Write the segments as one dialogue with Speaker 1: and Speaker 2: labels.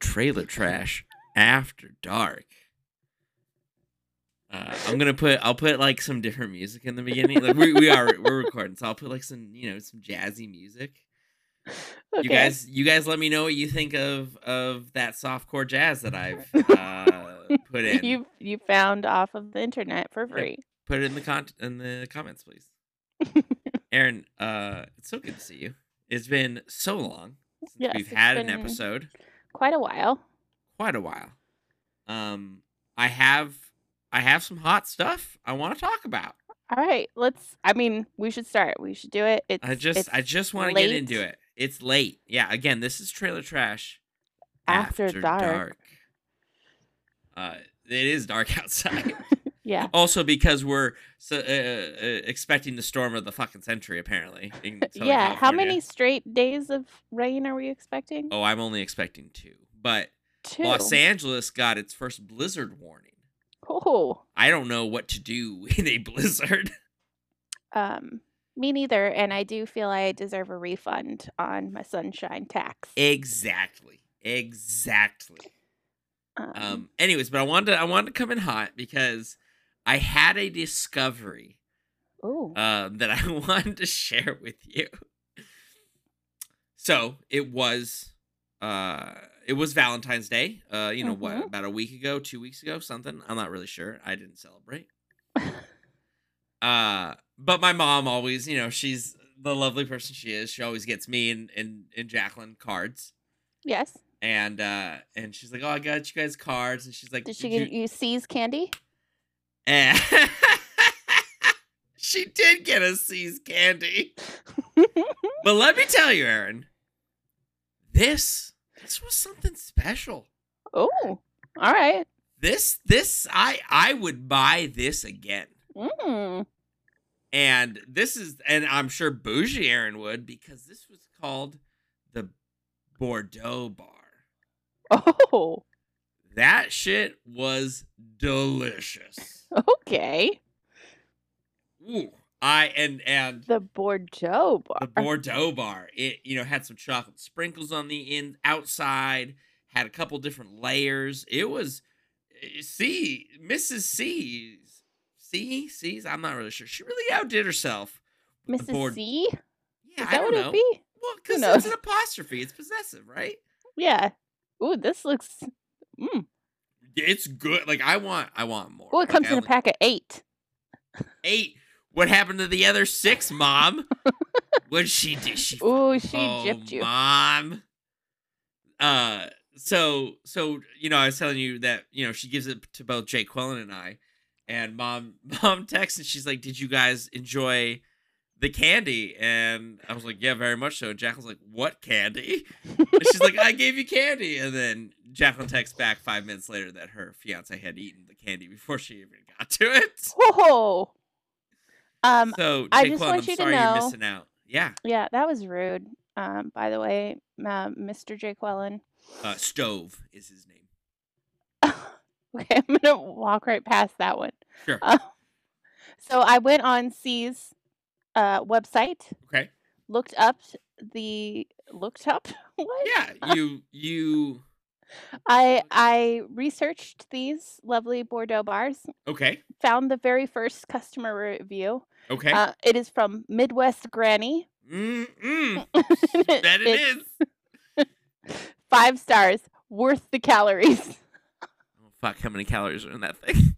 Speaker 1: trailer trash after dark. Uh, I'm gonna put I'll put like some different music in the beginning. Like we, we are we're recording, so I'll put like some you know some jazzy music. You guys you guys let me know what you think of of that softcore jazz that I've uh, put in.
Speaker 2: you you found off of the internet for free.
Speaker 1: Put it in the con in the comments, please. Aaron, uh, it's so good to see you. It's been so long since
Speaker 2: Yes,
Speaker 1: we've
Speaker 2: it's
Speaker 1: had an
Speaker 2: been-
Speaker 1: episode.
Speaker 2: Quite a while.
Speaker 1: Quite a while. Um, I have I have some hot stuff I want to talk about.
Speaker 2: All right, let's. I mean, we should start. We should do it. It's,
Speaker 1: I just
Speaker 2: it's
Speaker 1: I just want to get
Speaker 2: late.
Speaker 1: into it. It's late. Yeah. Again, this is trailer trash.
Speaker 2: After dark.
Speaker 1: Uh, it is dark outside.
Speaker 2: yeah.
Speaker 1: also, because we're so, uh, uh, expecting the storm of the fucking century, apparently. in Southern
Speaker 2: yeah. How
Speaker 1: California.
Speaker 2: many straight days of rain are we expecting?
Speaker 1: Oh, I'm only expecting two. But
Speaker 2: Two.
Speaker 1: Los Angeles got its first blizzard warning.
Speaker 2: Oh.
Speaker 1: I don't know what to do in a blizzard.
Speaker 2: Um. Me neither. And I do feel I deserve a refund on my sunshine tax.
Speaker 1: exactly. Exactly. Um anyways, but I wanted to, I wanted to come in hot because I had a discovery
Speaker 2: oh.
Speaker 1: um that I wanted to share with you. So, it was uh it was Valentine's Day. Uh you know what
Speaker 2: Mhm.
Speaker 1: about a week ago, 2 weeks ago, something. I'm not really sure. I didn't celebrate. Uh, but my mom always, you know, she's the lovely person she is. She always gets me and and, and Jacqueline cards,
Speaker 2: yes.
Speaker 1: and uh, and she's like, "Oh, I got you guys cards," and she's like,
Speaker 2: Did she give you C's candy?
Speaker 1: Eh. she did get us C's candy, but let me tell you, Aaron, this this was something special.
Speaker 2: oh. All right.
Speaker 1: This this I I would buy this again.
Speaker 2: Mm.
Speaker 1: And this is, and I'm sure Bougie Aaron would because this was called the Bordeaux Bar.
Speaker 2: Oh.
Speaker 1: That shit was delicious.
Speaker 2: Okay.
Speaker 1: Ooh, I and and
Speaker 2: The Bordeaux bar.
Speaker 1: the Bordeaux Bar. It you know had some chocolate sprinkles on the in outside. Had a couple different layers. It was eh, C Mrs. C's C C's. I'm not really sure. She really outdid herself. with the
Speaker 2: Mrs.
Speaker 1: Bord-
Speaker 2: C?
Speaker 1: Yeah,
Speaker 2: Is
Speaker 1: I
Speaker 2: that
Speaker 1: don't
Speaker 2: what
Speaker 1: know.
Speaker 2: it'd be?
Speaker 1: Well,
Speaker 2: Who
Speaker 1: because it's
Speaker 2: knows?
Speaker 1: an apostrophe. It's possessive, right?
Speaker 2: Yeah. Ooh, this looks. Mm.
Speaker 1: It's good. Like I want, I want more.
Speaker 2: Oh, it
Speaker 1: Like,
Speaker 2: comes
Speaker 1: I
Speaker 2: in a
Speaker 1: only-
Speaker 2: pack of eight.
Speaker 1: Eight. What happened to the other six, Mom? what did she do? She
Speaker 2: Ooh, she
Speaker 1: oh,
Speaker 2: gypped you.
Speaker 1: Mom. Uh, so so you know, I was telling you that you know she gives it to both Jay Quellen and I, and Mom Mom texts and she's like, "Did you guys enjoy?" The candy, and I was like, "Yeah, very much so." And Jacqueline's like, "What candy?" And she's like, I gave you candy. And then Jacqueline texts back five minutes later that her fiance had eaten the candy before she even got to it.
Speaker 2: Whoa. Um.
Speaker 1: so,
Speaker 2: I
Speaker 1: Jake
Speaker 2: just
Speaker 1: Lund,
Speaker 2: want
Speaker 1: I'm
Speaker 2: you to
Speaker 1: sorry
Speaker 2: know-
Speaker 1: you're missing out. Yeah.
Speaker 2: Yeah, that was rude. Um. By the way, uh, Mr. Jake Wellen.
Speaker 1: Uh, Stove is his name.
Speaker 2: okay, I'm gonna walk right past that one.
Speaker 1: Sure.
Speaker 2: Uh, so I went on C's uh, website,
Speaker 1: Okay.
Speaker 2: looked up the looked up what?
Speaker 1: Yeah. You, you,
Speaker 2: I I researched these lovely Bordeaux bars,
Speaker 1: okay.
Speaker 2: found the very first customer review.
Speaker 1: Okay.
Speaker 2: Uh, it is from Midwest Granny.
Speaker 1: Mm-mm.
Speaker 2: It-
Speaker 1: That it
Speaker 2: it's
Speaker 1: is.
Speaker 2: Five stars, worth the calories.
Speaker 1: Oh, fuck. How many calories are in that thing?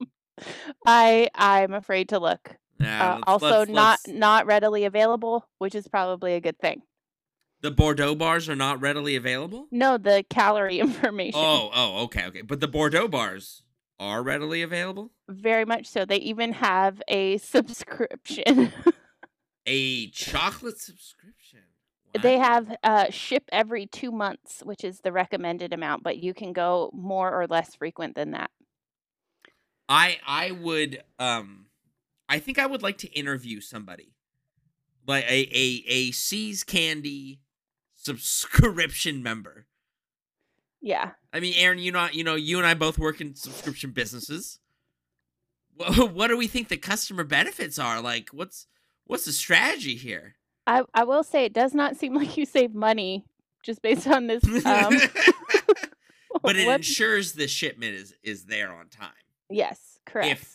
Speaker 2: I I'm afraid to look.
Speaker 1: Nah,
Speaker 2: Uh,
Speaker 1: let's-
Speaker 2: also,
Speaker 1: let's-
Speaker 2: not
Speaker 1: let's-
Speaker 2: not readily available, which is probably a good thing.
Speaker 1: The Bordeaux bars are not readily available?
Speaker 2: No, the calorie information.
Speaker 1: Oh, oh, okay, okay. But the Bordeaux bars are readily available?
Speaker 2: Very much so. They even have a subscription.
Speaker 1: a chocolate subscription.
Speaker 2: they
Speaker 1: Wow.
Speaker 2: have uh, ship every two months, which is the recommended amount, but you can go more or less frequent than that.
Speaker 1: I I would um, I think I would like to interview somebody, like a a a C's Candy subscription member.
Speaker 2: Yeah.
Speaker 1: I mean, Aaron, you not you know you and I both work in subscription businesses. What, what do we think the customer benefits are? Like, what's what's the strategy here?
Speaker 2: I, I will say it does not seem like you save money just based on this. Um,
Speaker 1: but it
Speaker 2: what-
Speaker 1: ensures the shipment is is there on time.
Speaker 2: yes, correct.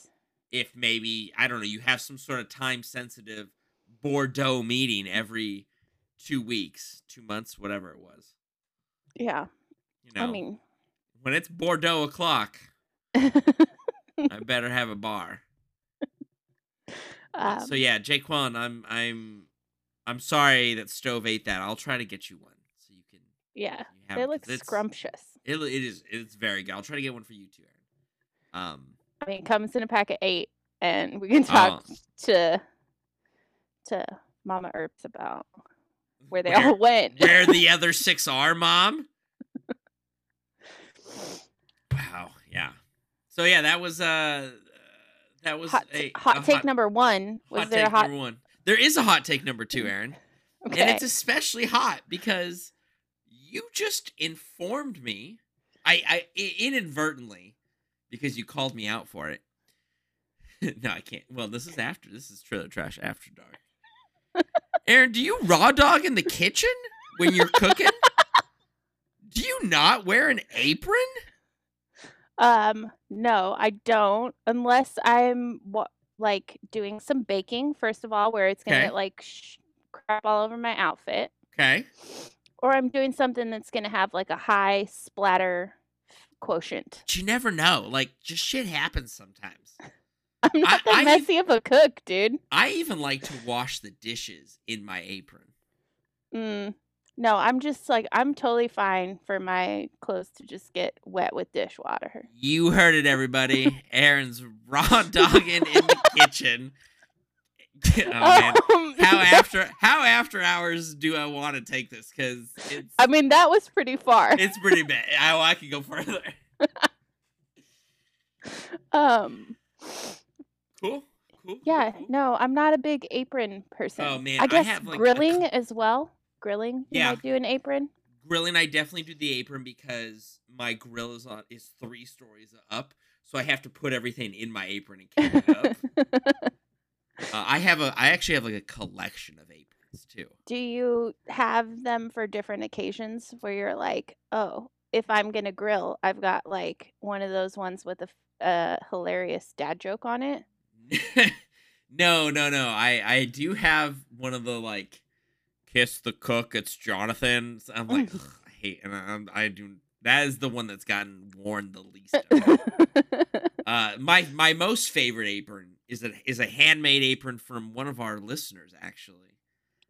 Speaker 1: If maybe I don't know, you have some sort of time sensitive Bordeaux meeting every two weeks, two months, whatever it was.
Speaker 2: yeah,
Speaker 1: You know,
Speaker 2: I mean,
Speaker 1: when it's Bordeaux o'clock, I better have a bar. Uh,
Speaker 2: um,
Speaker 1: so yeah, Jake Quan, I'm I'm I'm sorry that Stove ate that. I'll try to get you one so you can.
Speaker 2: yeah,
Speaker 1: You have
Speaker 2: they
Speaker 1: it,
Speaker 2: look
Speaker 1: 'cause it's-
Speaker 2: scrumptious.
Speaker 1: It, it is it's very good. I'll try to get one for you too, Aaron. Um,
Speaker 2: I mean, it comes in a pack of eight, and we can talk
Speaker 1: Oh.
Speaker 2: to to Mama Earps about where they
Speaker 1: where,
Speaker 2: all went.
Speaker 1: where the other six are, Mom. Wow. Yeah. So yeah, that was uh, that was
Speaker 2: hot,
Speaker 1: a
Speaker 2: hot
Speaker 1: a
Speaker 2: take number one was
Speaker 1: hot
Speaker 2: there a
Speaker 1: take
Speaker 2: hot?
Speaker 1: number one. There is a hot take number two, Aaron,
Speaker 2: Okay,
Speaker 1: and it's especially hot because you just informed me, I, I i- inadvertently, because you called me out for it. no, I can't. Well, this is after. This is trailer trash after dark. Aaron, do you raw dog in the kitchen when you're cooking? do you not wear an apron?
Speaker 2: Um, no, I don't, unless I'm wa- like doing some baking, first of all, where it's gonna
Speaker 1: Okay.
Speaker 2: get like sh- crap all over my outfit,
Speaker 1: Okay.
Speaker 2: or I'm doing something that's gonna have like a high splatter quotient.
Speaker 1: But you never know. Like, just shit happens sometimes.
Speaker 2: I'm not that
Speaker 1: I-
Speaker 2: messy of a cook, dude.
Speaker 1: I even like to wash the dishes in my apron.
Speaker 2: Mm. No, I'm just like I'm totally fine for my clothes to just get wet with dishwater.
Speaker 1: You heard it, everybody. Aaron's raw dogging in the kitchen. oh man.
Speaker 2: Um,
Speaker 1: How after how after hours do I want to take this? Cause it's
Speaker 2: I mean, that was pretty far.
Speaker 1: it's pretty bad. I, I could go further.
Speaker 2: Um,
Speaker 1: Cool. Cool.
Speaker 2: yeah,
Speaker 1: cool, cool.
Speaker 2: no, I'm not a big apron person.
Speaker 1: Oh, man, I
Speaker 2: I guess
Speaker 1: have, like, a
Speaker 2: grilling
Speaker 1: cou-
Speaker 2: as well. Grilling, you
Speaker 1: Yeah.
Speaker 2: might do an apron.
Speaker 1: Grilling, I definitely do the apron because my grill is on is three stories up, so I have to put everything in my apron and carry it up. Uh, I have a. I actually have like a collection of aprons too.
Speaker 2: do you have them for different occasions where you're like, oh, if I'm gonna grill, I've got like one of those ones with a f- uh, hilarious dad joke on it.
Speaker 1: no, no, no. I I do have one of the like, kiss the cook. It's Jonathan. So I'm like, ugh, I hate, and I'm I do. That is the one that's gotten worn the least. amount. uh, my my most favorite apron is a is a handmade apron from one of our listeners actually.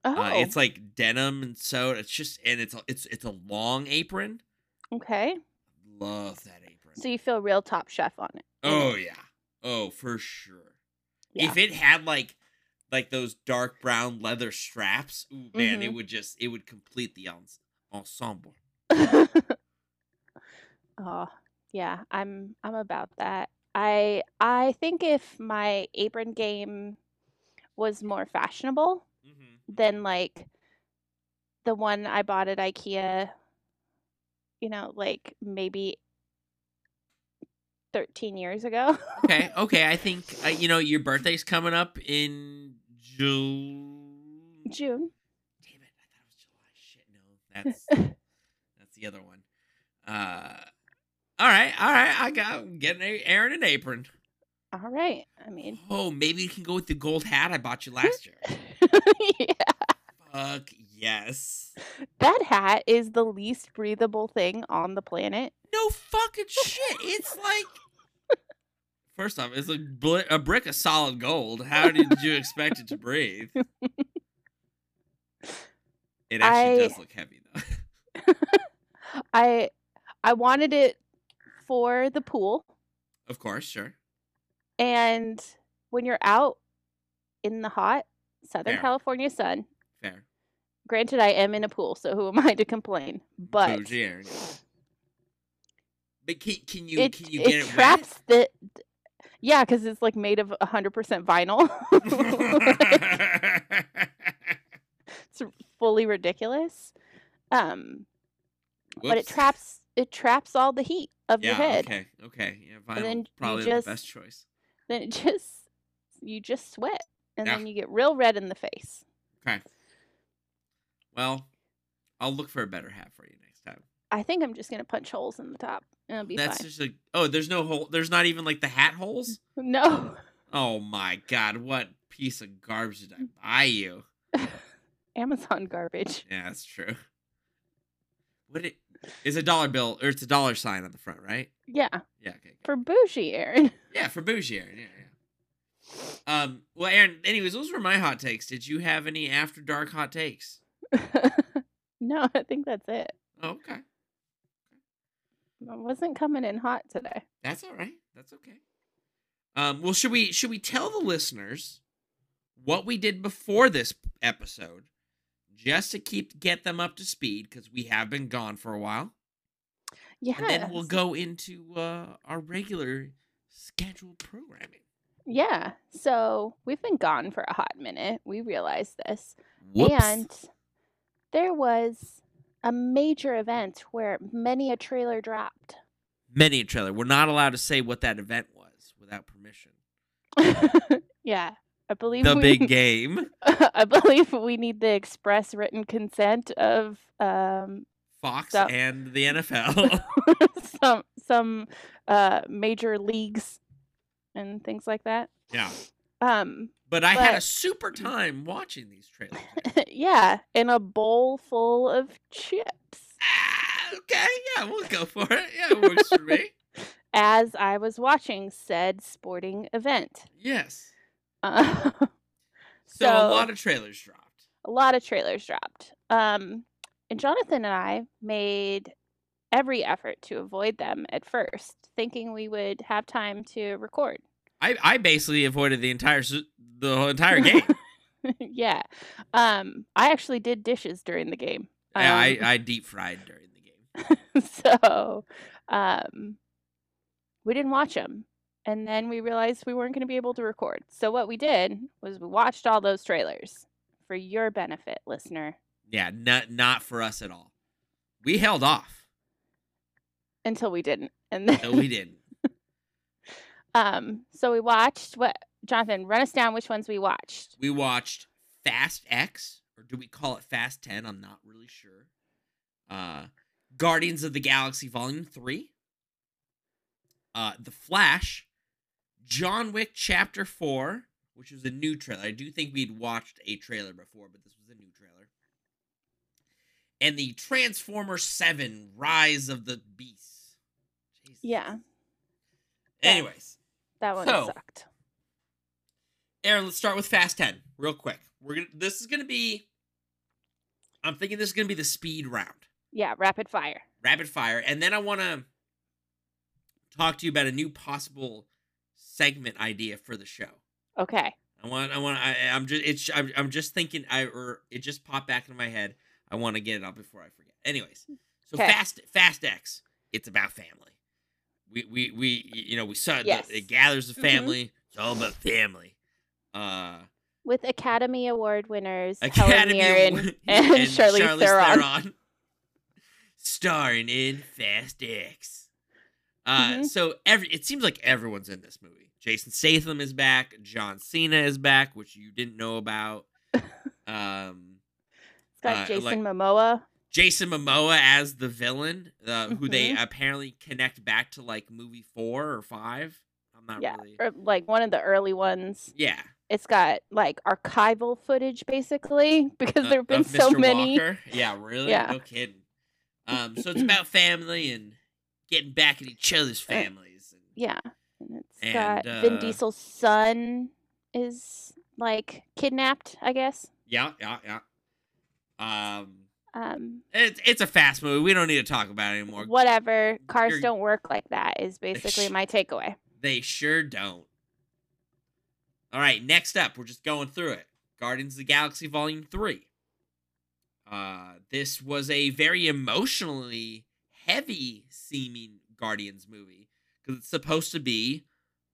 Speaker 2: oh,
Speaker 1: Uh, it's like denim and so it's just and it's a, it's it's a long apron.
Speaker 2: okay.
Speaker 1: Love that apron.
Speaker 2: So you feel real top chef on it. in
Speaker 1: Oh
Speaker 2: it.
Speaker 1: yeah. Oh, for sure.
Speaker 2: Yeah.
Speaker 1: If it had like like those dark brown leather straps, ooh, man,
Speaker 2: Mm-hmm.
Speaker 1: it would just it would complete the ens- ensemble.
Speaker 2: oh, yeah, I'm I'm about that. I I think if my apron game was more fashionable
Speaker 1: Mm-hmm.
Speaker 2: than like the one I bought at IKEA, you know, like maybe 13 years ago.
Speaker 1: Okay, okay. I think uh, you know your birthday's coming up in June.
Speaker 2: June.
Speaker 1: Damn it! I thought it was July. Shit, no, that's that's the other one. Uh, all right, all right. I got getting a- Aaron an apron.
Speaker 2: All right. I mean,
Speaker 1: Oh, maybe you can go with the gold hat I bought you last year.
Speaker 2: yeah.
Speaker 1: Fuck yes.
Speaker 2: That hat is the least breathable thing on the planet.
Speaker 1: No fucking shit. It's like. First off, it's a, bl- a brick of solid gold. How did you expect it to breathe? It actually
Speaker 2: I-
Speaker 1: does look heavy, though.
Speaker 2: I I wanted it for the pool
Speaker 1: of course, sure.
Speaker 2: and when you're out in the hot Southern
Speaker 1: Fair.
Speaker 2: California sun,
Speaker 1: Fair.
Speaker 2: granted I am in a pool, so who am I to complain? But
Speaker 1: Bougie, Aaron. But can, can you
Speaker 2: it,
Speaker 1: can you
Speaker 2: it
Speaker 1: get it,
Speaker 2: traps the yeah, because it's like made of 100% vinyl.
Speaker 1: wet?
Speaker 2: it's fully ridiculous. Um, but it
Speaker 1: Whoops.
Speaker 2: traps it traps all the heat of
Speaker 1: Yeah.
Speaker 2: your head.
Speaker 1: Okay. Okay. Yeah. Vinyl
Speaker 2: then you
Speaker 1: probably
Speaker 2: just-
Speaker 1: the best choice.
Speaker 2: Then it just you just sweat, and
Speaker 1: Yeah.
Speaker 2: then you get real red in the face.
Speaker 1: Okay. Well, I'll look for a better hat for you next time.
Speaker 2: I think I'm just gonna punch holes in the top. And it'll be
Speaker 1: That's
Speaker 2: fine.
Speaker 1: just like oh, there's no hole. There's not even like the hat holes.
Speaker 2: No.
Speaker 1: Oh my god, what piece of garbage did I buy you?
Speaker 2: Amazon garbage.
Speaker 1: Yeah, that's true. What it is a dollar bill or it's a dollar sign on the front, right?
Speaker 2: Yeah.
Speaker 1: Yeah, okay. okay.
Speaker 2: For bougie, Aaron.
Speaker 1: Yeah, for bougie Aaron. Yeah, yeah. Um, well, Aaron. Anyways, those were my hot takes. Did you have any after dark hot takes?
Speaker 2: no, I think that's it.
Speaker 1: Oh, okay,
Speaker 2: I wasn't coming in hot today.
Speaker 1: that's all right. That's okay. Um, well, should we should we tell the listeners what we did before this episode, just to keep get them up to speed because we have been gone for a while.
Speaker 2: Yeah.
Speaker 1: and then we'll go into uh, our regular scheduled programming.
Speaker 2: Yeah. So we've been gone for a hot minute. We realized this. And there was a major event where many a trailer dropped.
Speaker 1: Many a trailer. We're not allowed to say what that event was without permission.
Speaker 2: yeah. I believe
Speaker 1: The
Speaker 2: we,
Speaker 1: big game.
Speaker 2: I believe we need the express written consent of um
Speaker 1: Fox
Speaker 2: So-
Speaker 1: and the NFL.
Speaker 2: some some uh major leagues and things like that.
Speaker 1: yeah.
Speaker 2: Um
Speaker 1: But I had a
Speaker 2: But- mm.
Speaker 1: super time watching these trailers.
Speaker 2: yeah, in a bowl full of chips.
Speaker 1: ah, okay. Yeah, we'll go for it. Yeah, it works for me.
Speaker 2: as I was watching said sporting event.
Speaker 1: Yes.
Speaker 2: Uh,
Speaker 1: So, a
Speaker 2: So-
Speaker 1: lot of trailers dropped.
Speaker 2: a lot of trailers dropped. Um, and Jonathan and I made every effort to avoid them at first, thinking we would have time to record.
Speaker 1: I, I basically avoided the entire s- the whole entire game.
Speaker 2: yeah. Um, I actually did dishes during the game.
Speaker 1: yeah, I,
Speaker 2: Um,
Speaker 1: I deep fried during the game.
Speaker 2: so um we didn't watch them and then we realized we weren't going to be able to record so what we did was we watched all those trailers for your benefit listener
Speaker 1: Yeah, not not for us at all. We held off.
Speaker 2: until we didn't and then
Speaker 1: No, we didn't.
Speaker 2: um so we watched what jonathan run us down which ones we watched
Speaker 1: We watched Fast X, or do we call it Fast Ten? I'm not really sure. Uh, Guardians of the Galaxy Volume Three. Uh, The Flash, John Wick Chapter Four, which was a new trailer. I do think we'd watched a trailer before, but this was a new trailer. And the Transformer Seven: Rise of the Beast. Jesus.
Speaker 2: yeah Yeah.
Speaker 1: Anyways,
Speaker 2: that one
Speaker 1: So-
Speaker 2: sucked
Speaker 1: Aaron, let's start with Fast 10 real quick. We're gonna this is gonna be I'm thinking this is gonna be the speed round.
Speaker 2: yeah rapid fire
Speaker 1: Rapid fire. And then I wanna talk to you about a new possible segment idea for the show.
Speaker 2: okay
Speaker 1: I want I want I I'm just it's I'm, I'm just thinking I or it just popped back into my head. I want to get it up before I forget. Anyways, so
Speaker 2: Okay.
Speaker 1: fast fast X, it's about family. We we we you know we saw
Speaker 2: Yes.
Speaker 1: it, it gathers the
Speaker 2: Mhm.
Speaker 1: family. It's all about family. Uh
Speaker 2: with academy award winners
Speaker 1: Academy
Speaker 2: helen mirren
Speaker 1: Award-
Speaker 2: and, Charlize
Speaker 1: Charlize
Speaker 2: theron,
Speaker 1: starring in Fast X. Uh,
Speaker 2: Mhm.
Speaker 1: So every it seems like everyone's in this movie. Jason Statham is back. John Cena is back, which you didn't know about. Um,
Speaker 2: It's got
Speaker 1: uh,
Speaker 2: jason
Speaker 1: like-
Speaker 2: momoa
Speaker 1: Jason Momoa as the villain, uh, who they
Speaker 2: Mm-hmm.
Speaker 1: apparently connect back to like movie four or five. I'm not
Speaker 2: yeah
Speaker 1: really.
Speaker 2: or er, like one of the early ones
Speaker 1: Yeah,
Speaker 2: it's got like archival footage basically because
Speaker 1: Uh,
Speaker 2: there have been
Speaker 1: of
Speaker 2: so
Speaker 1: Mr.
Speaker 2: many
Speaker 1: Walker? Yeah, really?
Speaker 2: Yeah.
Speaker 1: No kidding. Um, so it's about family and getting back at each
Speaker 2: Eh.
Speaker 1: other's families. And
Speaker 2: yeah and it's
Speaker 1: And,
Speaker 2: got vin
Speaker 1: uh,
Speaker 2: diesel's son is like kidnapped i guess
Speaker 1: yeah, yeah, yeah. Um,
Speaker 2: um
Speaker 1: it's it's a fast movie. We don't need to talk about it anymore.
Speaker 2: whatever cars
Speaker 1: you're-
Speaker 2: don't work like that is basically
Speaker 1: sh-
Speaker 2: my takeaway
Speaker 1: They sure don't. All right, next up, we're just going through it. Guardians of the Galaxy Volume 3. Uh, this was a very emotionally heavy seeming Guardians movie because it's supposed to be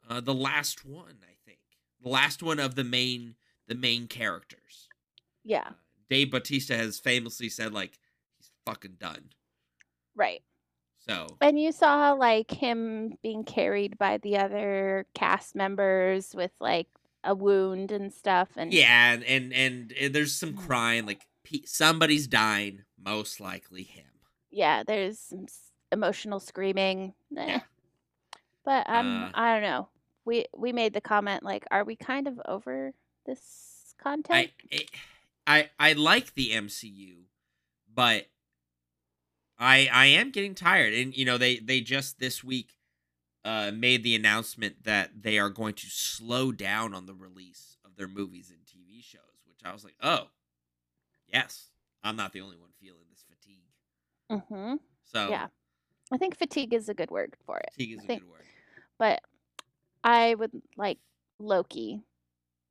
Speaker 1: uh, the last one, I think. The last one of the main the main characters.
Speaker 2: yeah
Speaker 1: Uh, Dave Bautista has famously said like he's fucking done.
Speaker 2: right
Speaker 1: So,
Speaker 2: and you saw like him being carried by the other cast members with like a wound and Mm. stuff and
Speaker 1: Yeah, and and, and, and there's some crying. Like pe- somebody's dying. most likely him.
Speaker 2: Yeah, there's some s- emotional screaming. Nah.
Speaker 1: Yeah.
Speaker 2: But um,
Speaker 1: Uh,
Speaker 2: I don't know. We we made the comment like, are we kind of over this content?
Speaker 1: I it, I I like the MCU, but I I am getting tired. And you know, they they just this week uh made the announcement that they are going to slow down on the release of their movies and TV shows, which I was like, "Oh, yes. I'm not the only one feeling this fatigue."
Speaker 2: hmm
Speaker 1: So,
Speaker 2: Yeah. I think fatigue is a good word for it.
Speaker 1: fatigue is
Speaker 2: I
Speaker 1: a
Speaker 2: think-
Speaker 1: good word.
Speaker 2: But I would like Loki,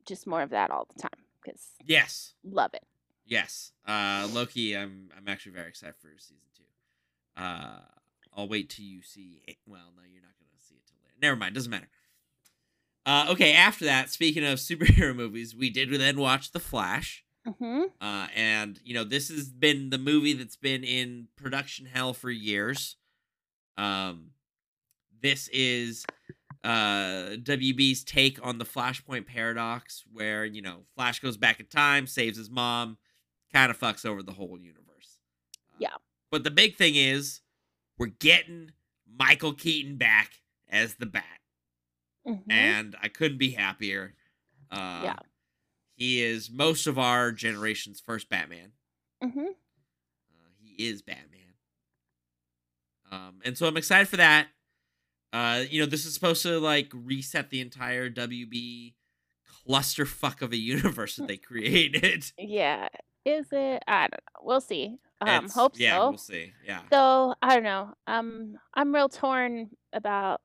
Speaker 2: just more of that all the time because
Speaker 1: Yes.
Speaker 2: love it.
Speaker 1: Yes. Uh Loki, I'm I'm actually very excited for season two. Uh I'll wait till you see it. well, no, you're not gonna see it till later. Never mind, doesn't matter. Uh okay, after that, speaking of superhero movies, we did then watch The Flash.
Speaker 2: hmm
Speaker 1: Uh and you know, this has been the movie that's been in production hell for years. Um this is uh WB's take on the Flashpoint paradox where, you know, Flash goes back in time, saves his mom, kind of fucks over the whole universe. Uh,
Speaker 2: Yeah.
Speaker 1: But the big thing is we're getting Michael Keaton back as the Bat
Speaker 2: hmm
Speaker 1: and I couldn't be happier. Uh
Speaker 2: Yeah.
Speaker 1: He is most of our generation's first Batman.
Speaker 2: hmm
Speaker 1: Uh, he is Batman. Um, and so I'm excited for that. Uh, you know, this is supposed to like reset the entire WB clusterfuck of a universe that they created.
Speaker 2: Yeah. Is it? I don't know. We'll see. Um,
Speaker 1: It's-
Speaker 2: hope
Speaker 1: yeah,
Speaker 2: so.
Speaker 1: we'll see. Yeah,
Speaker 2: So I don't know. Um, I'm real torn about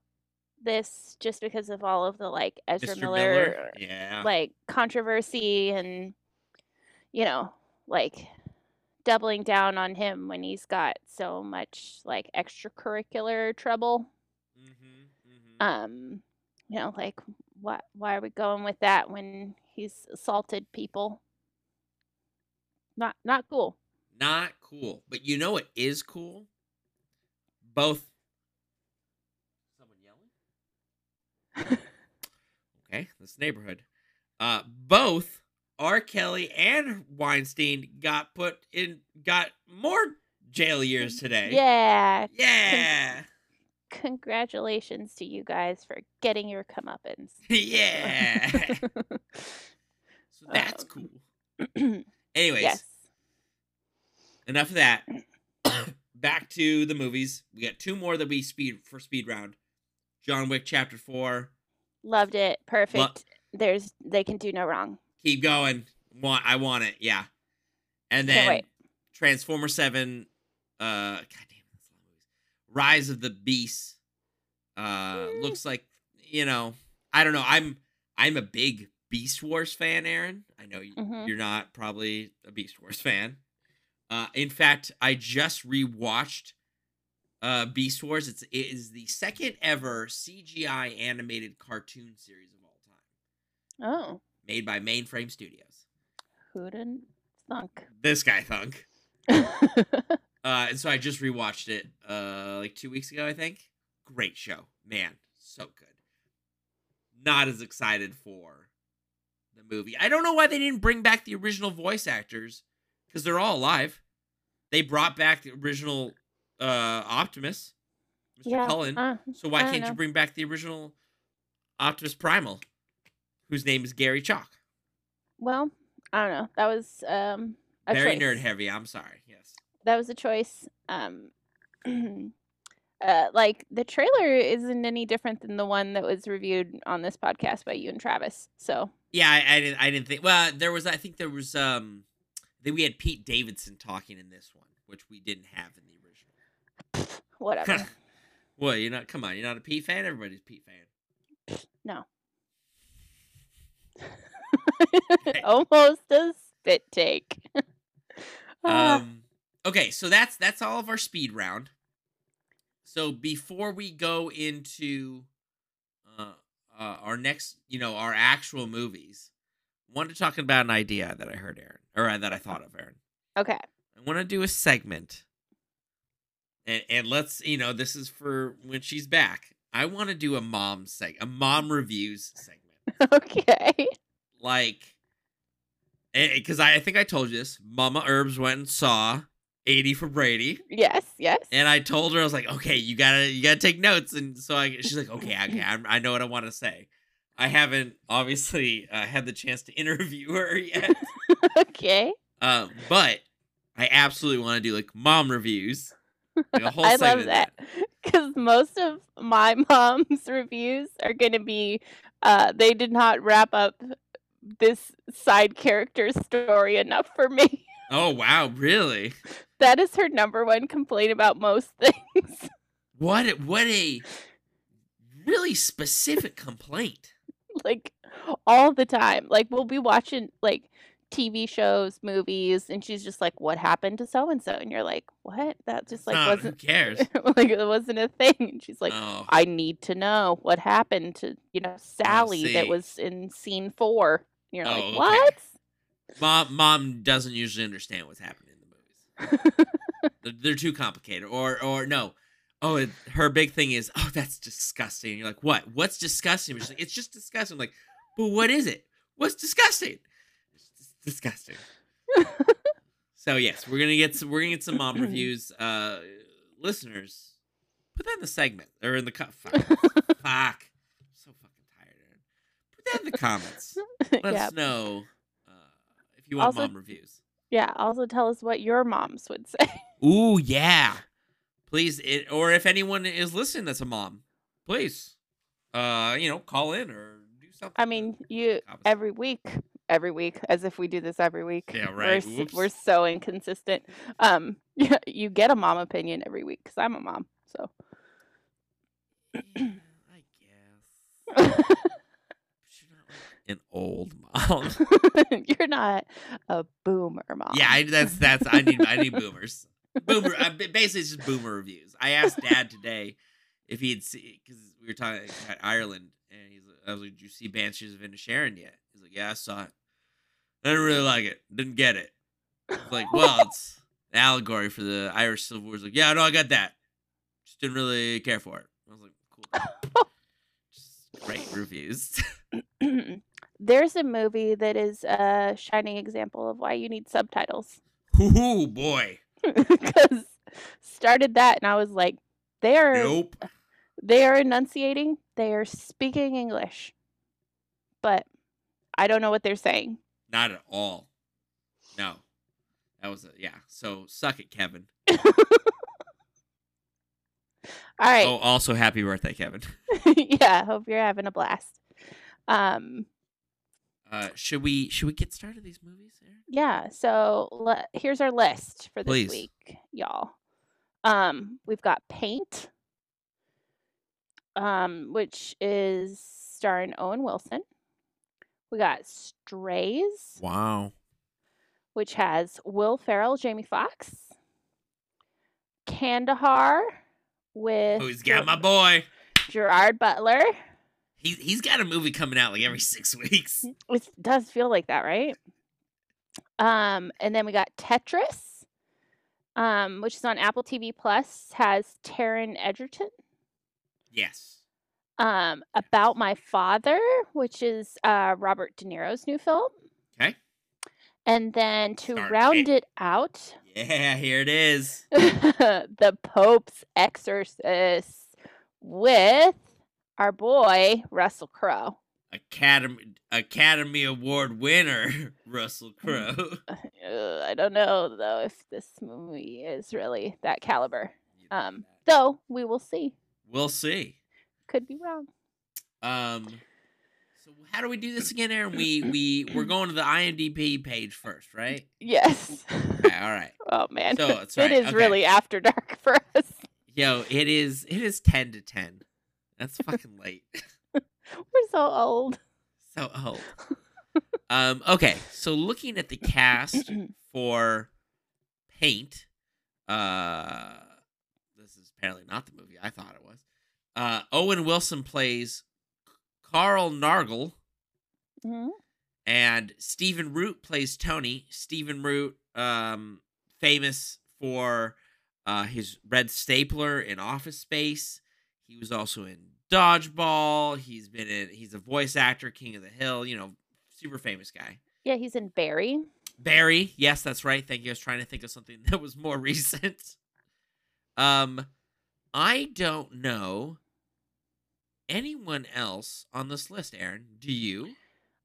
Speaker 2: this just because of all of the like Ezra
Speaker 1: Mr.
Speaker 2: Miller,
Speaker 1: Miller. Yeah,
Speaker 2: like controversy and you know like doubling down on him when he's got so much like extracurricular trouble.
Speaker 1: mm-hmm, mm-hmm.
Speaker 2: Um, you know, like what? Why are we going with that when he's assaulted people? Not not cool.
Speaker 1: not cool. But you know what is cool? Both. Someone yelling. Okay, this neighborhood. Uh, both R. Kelly and Weinstein got put in got more jail years today.
Speaker 2: Yeah,
Speaker 1: Yeah.
Speaker 2: congratulations to you guys for getting your comeuppance.
Speaker 1: yeah. so that's
Speaker 2: Um,
Speaker 1: cool. Anyways,
Speaker 2: yes.
Speaker 1: enough of that. Back to the movies. We got two more that we speed for speed round. John Wick Chapter Four.
Speaker 2: Loved it. Perfect. There's they can do no wrong.
Speaker 1: Keep going. Want I want it. Yeah. And
Speaker 2: Can't
Speaker 1: then
Speaker 2: wait.
Speaker 1: Transformer Seven. Uh, goddamn, that's a lot of movies. Rise of the Beast. Uh,
Speaker 2: Mm.
Speaker 1: looks like you know. I don't know. I'm I'm a big Beast Wars fan, Aaron. I know you,
Speaker 2: Mhm.
Speaker 1: you're not probably a Beast Wars fan. Uh, in fact, I just rewatched uh Beast Wars. It's it is the second ever CGI animated cartoon series of all time,
Speaker 2: Oh,
Speaker 1: made by Mainframe Studios.
Speaker 2: who didn't thunk?
Speaker 1: This guy thunk. Uh, and so I just rewatched it uh like two weeks ago, I think. Great show, man, so good. Not as excited for the movie. I don't know why they didn't bring back the original voice actors because they're all alive. They brought back the original uh Optimus, Mr.
Speaker 2: yeah.
Speaker 1: Cullen.
Speaker 2: uh,
Speaker 1: so why
Speaker 2: I don't
Speaker 1: can't you
Speaker 2: know.
Speaker 1: bring back the original Optimus Primal, whose name is Gary Chalk?
Speaker 2: well, I don't know. That was um a
Speaker 1: Very
Speaker 2: choice.
Speaker 1: nerd heavy. I'm sorry. Yes.
Speaker 2: That was a choice. Um Uh, like the trailer isn't any different than the one that was reviewed on this podcast by you and Travis. So
Speaker 1: Yeah, I, I didn't. I didn't think. Well, there was. I think there was. Um, that we had Pete Davidson talking in this one, which we didn't have in the original.
Speaker 2: whatever.
Speaker 1: Well, you're not. Come on, you're not a Pete fan. Everybody's a Pete fan.
Speaker 2: Almost a spit take. Ah,
Speaker 1: Um. Okay, so that's that's all of our speed round. So before we go into uh, uh our next, you know, our actual movies, wanted to talk about an idea that I heard Aaron or uh, that I thought of Aaron.
Speaker 2: okay.
Speaker 1: I want to do a segment. And and let's, you know, this is for when she's back. I want to do a mom seg a mom reviews segment.
Speaker 2: Okay.
Speaker 1: Like because I, I think I told you this. Mama Herbs went and saw 80 for Brady.
Speaker 2: Yes, yes.
Speaker 1: And I told her I was like, "Okay, you gotta you gotta take notes." And so I, she's like, "Okay, okay, I'm, I know what I want to say." I haven't obviously uh, had the chance to interview her yet,
Speaker 2: okay.
Speaker 1: uh, but I absolutely want to do like mom reviews. Like a whole
Speaker 2: I
Speaker 1: segment
Speaker 2: love
Speaker 1: of
Speaker 2: that because most of my mom's reviews are going to be uh, they did not wrap up this side character story enough for me.
Speaker 1: Oh wow, really?
Speaker 2: That is her number one complaint about most things.
Speaker 1: What a, what a really specific complaint.
Speaker 2: like all the time. Like we'll be watching like TV shows, movies, and she's just like, "What happened to so and so?" And you're like, "What? That just like
Speaker 1: Nah, who
Speaker 2: wasn't
Speaker 1: cares?
Speaker 2: like it wasn't a thing." And she's like,
Speaker 1: oh,
Speaker 2: I need to know what happened to you know Sally that
Speaker 1: see.
Speaker 2: was in scene four. And you're
Speaker 1: Oh,
Speaker 2: like,
Speaker 1: okay.
Speaker 2: what?
Speaker 1: mom, mom doesn't usually understand what's happening in the movies. They're, they're too complicated. Or or no. Oh, it, her big thing is, oh, that's disgusting. And you're like, what? What's disgusting? But she's like, it's just disgusting. I'm like, but what is it? What's disgusting? It's just disgusting. so yes, we're gonna get some, we're gonna get some mom reviews. Uh, listeners, put that in the segment or in the co- fuck. fuck. I'm so fucking tired. Aaron. Put that in the comments. Let
Speaker 2: yeah,
Speaker 1: us know uh, if you want
Speaker 2: Also-
Speaker 1: mom reviews.
Speaker 2: yeah. Also, tell us what your moms would say.
Speaker 1: Ooh, yeah. Please, it, or if anyone is listening that's a mom, please, uh, you know, call in or do something.
Speaker 2: I mean, you
Speaker 1: Comments.
Speaker 2: every week, every week, as if we do this every week.
Speaker 1: Yeah,
Speaker 2: We're
Speaker 1: right.
Speaker 2: s- We're,
Speaker 1: Whoops.
Speaker 2: so inconsistent. Um, yeah, you get a mom opinion every week because I'm a mom. So
Speaker 1: Yeah, I guess. But you're not like an old mom.
Speaker 2: you're not a boomer mom.
Speaker 1: yeah, I, that's that's. I need I need boomers. Boomer. I, ba- basically, it's just boomer reviews. I asked Dad today if he'd see because we were talking about Ireland, and he's. like- I was like, "Did you see Banshees of Inisherin yet?" He's like, "Yeah, I saw it. I didn't really like it. Didn't get it." It's like, well, it's an allegory for the Irish Civil War. It's like, yeah, no, I got that. Just didn't really care for it. I was like, cool. Just great reviews.
Speaker 2: There's a movie that is a shining example of why you need subtitles.
Speaker 1: Ooh, boy.
Speaker 2: Because started that and I was like, they are
Speaker 1: Nope.
Speaker 2: they are enunciating, they are speaking English, but I don't know what they're saying.
Speaker 1: Not at all. No. That was a yeah. So suck it, Kevin.
Speaker 2: All right,
Speaker 1: Oh, also happy birthday, Kevin.
Speaker 2: yeah. Hope you're having a blast. Um,
Speaker 1: Uh, should we should we get started these movies? Aaron?
Speaker 2: Yeah, so le- here's our list for this
Speaker 1: Please.
Speaker 2: week, y'all. Um, we've got Paint, um, which is starring Owen Wilson. We got Strays,
Speaker 1: Wow.
Speaker 2: which has Will Ferrell, Jamie Foxx. Kandahar with
Speaker 1: Oh, he's got
Speaker 2: Ger-
Speaker 1: my boy.
Speaker 2: Gerard Butler.
Speaker 1: He he's got a movie coming out like every six weeks.
Speaker 2: It does feel like that, right? Um, and then we got Tetris, um, which is on Apple TV Plus, has Taryn Edgerton.
Speaker 1: Yes.
Speaker 2: Um, About My Father, which is uh, Robert De Niro's new film.
Speaker 1: Okay.
Speaker 2: And then to
Speaker 1: Start
Speaker 2: round
Speaker 1: it.
Speaker 2: it out,
Speaker 1: Yeah, here it is.
Speaker 2: The Pope's Exorcist with our boy Russell Crowe.
Speaker 1: Academy Academy Award winner Russell Crowe.
Speaker 2: Uh, I don't know though if this movie is really that caliber.
Speaker 1: You know
Speaker 2: Um,
Speaker 1: that.
Speaker 2: though we will see.
Speaker 1: we'll see.
Speaker 2: Could be wrong.
Speaker 1: Um, so how do we do this again, Aaron? We we we're going to the IMDb page first, right?
Speaker 2: Yes.
Speaker 1: Okay, all right.
Speaker 2: oh man,
Speaker 1: So it's
Speaker 2: it
Speaker 1: right,
Speaker 2: is
Speaker 1: okay.
Speaker 2: really after dark for us.
Speaker 1: Yo, it is it is ten to ten. That's fucking late.
Speaker 2: We're so old.
Speaker 1: so old. Um, okay, so looking at the cast for Paint, uh, this is apparently not the movie I thought it was. Uh, Owen Wilson plays Carl Nargle,
Speaker 2: Mhm.
Speaker 1: and Stephen Root plays Tony. Stephen Root, um, famous for uh, his red stapler in Office Space. He was also in Dodgeball. He's been in. He's a voice actor, King of the Hill. You know, super famous guy.
Speaker 2: Yeah, he's in Barry.
Speaker 1: Barry. Yes, that's right. Thank you. I was trying to think of something that was more recent. Um, I don't know anyone else on this list, Aaron. Do you?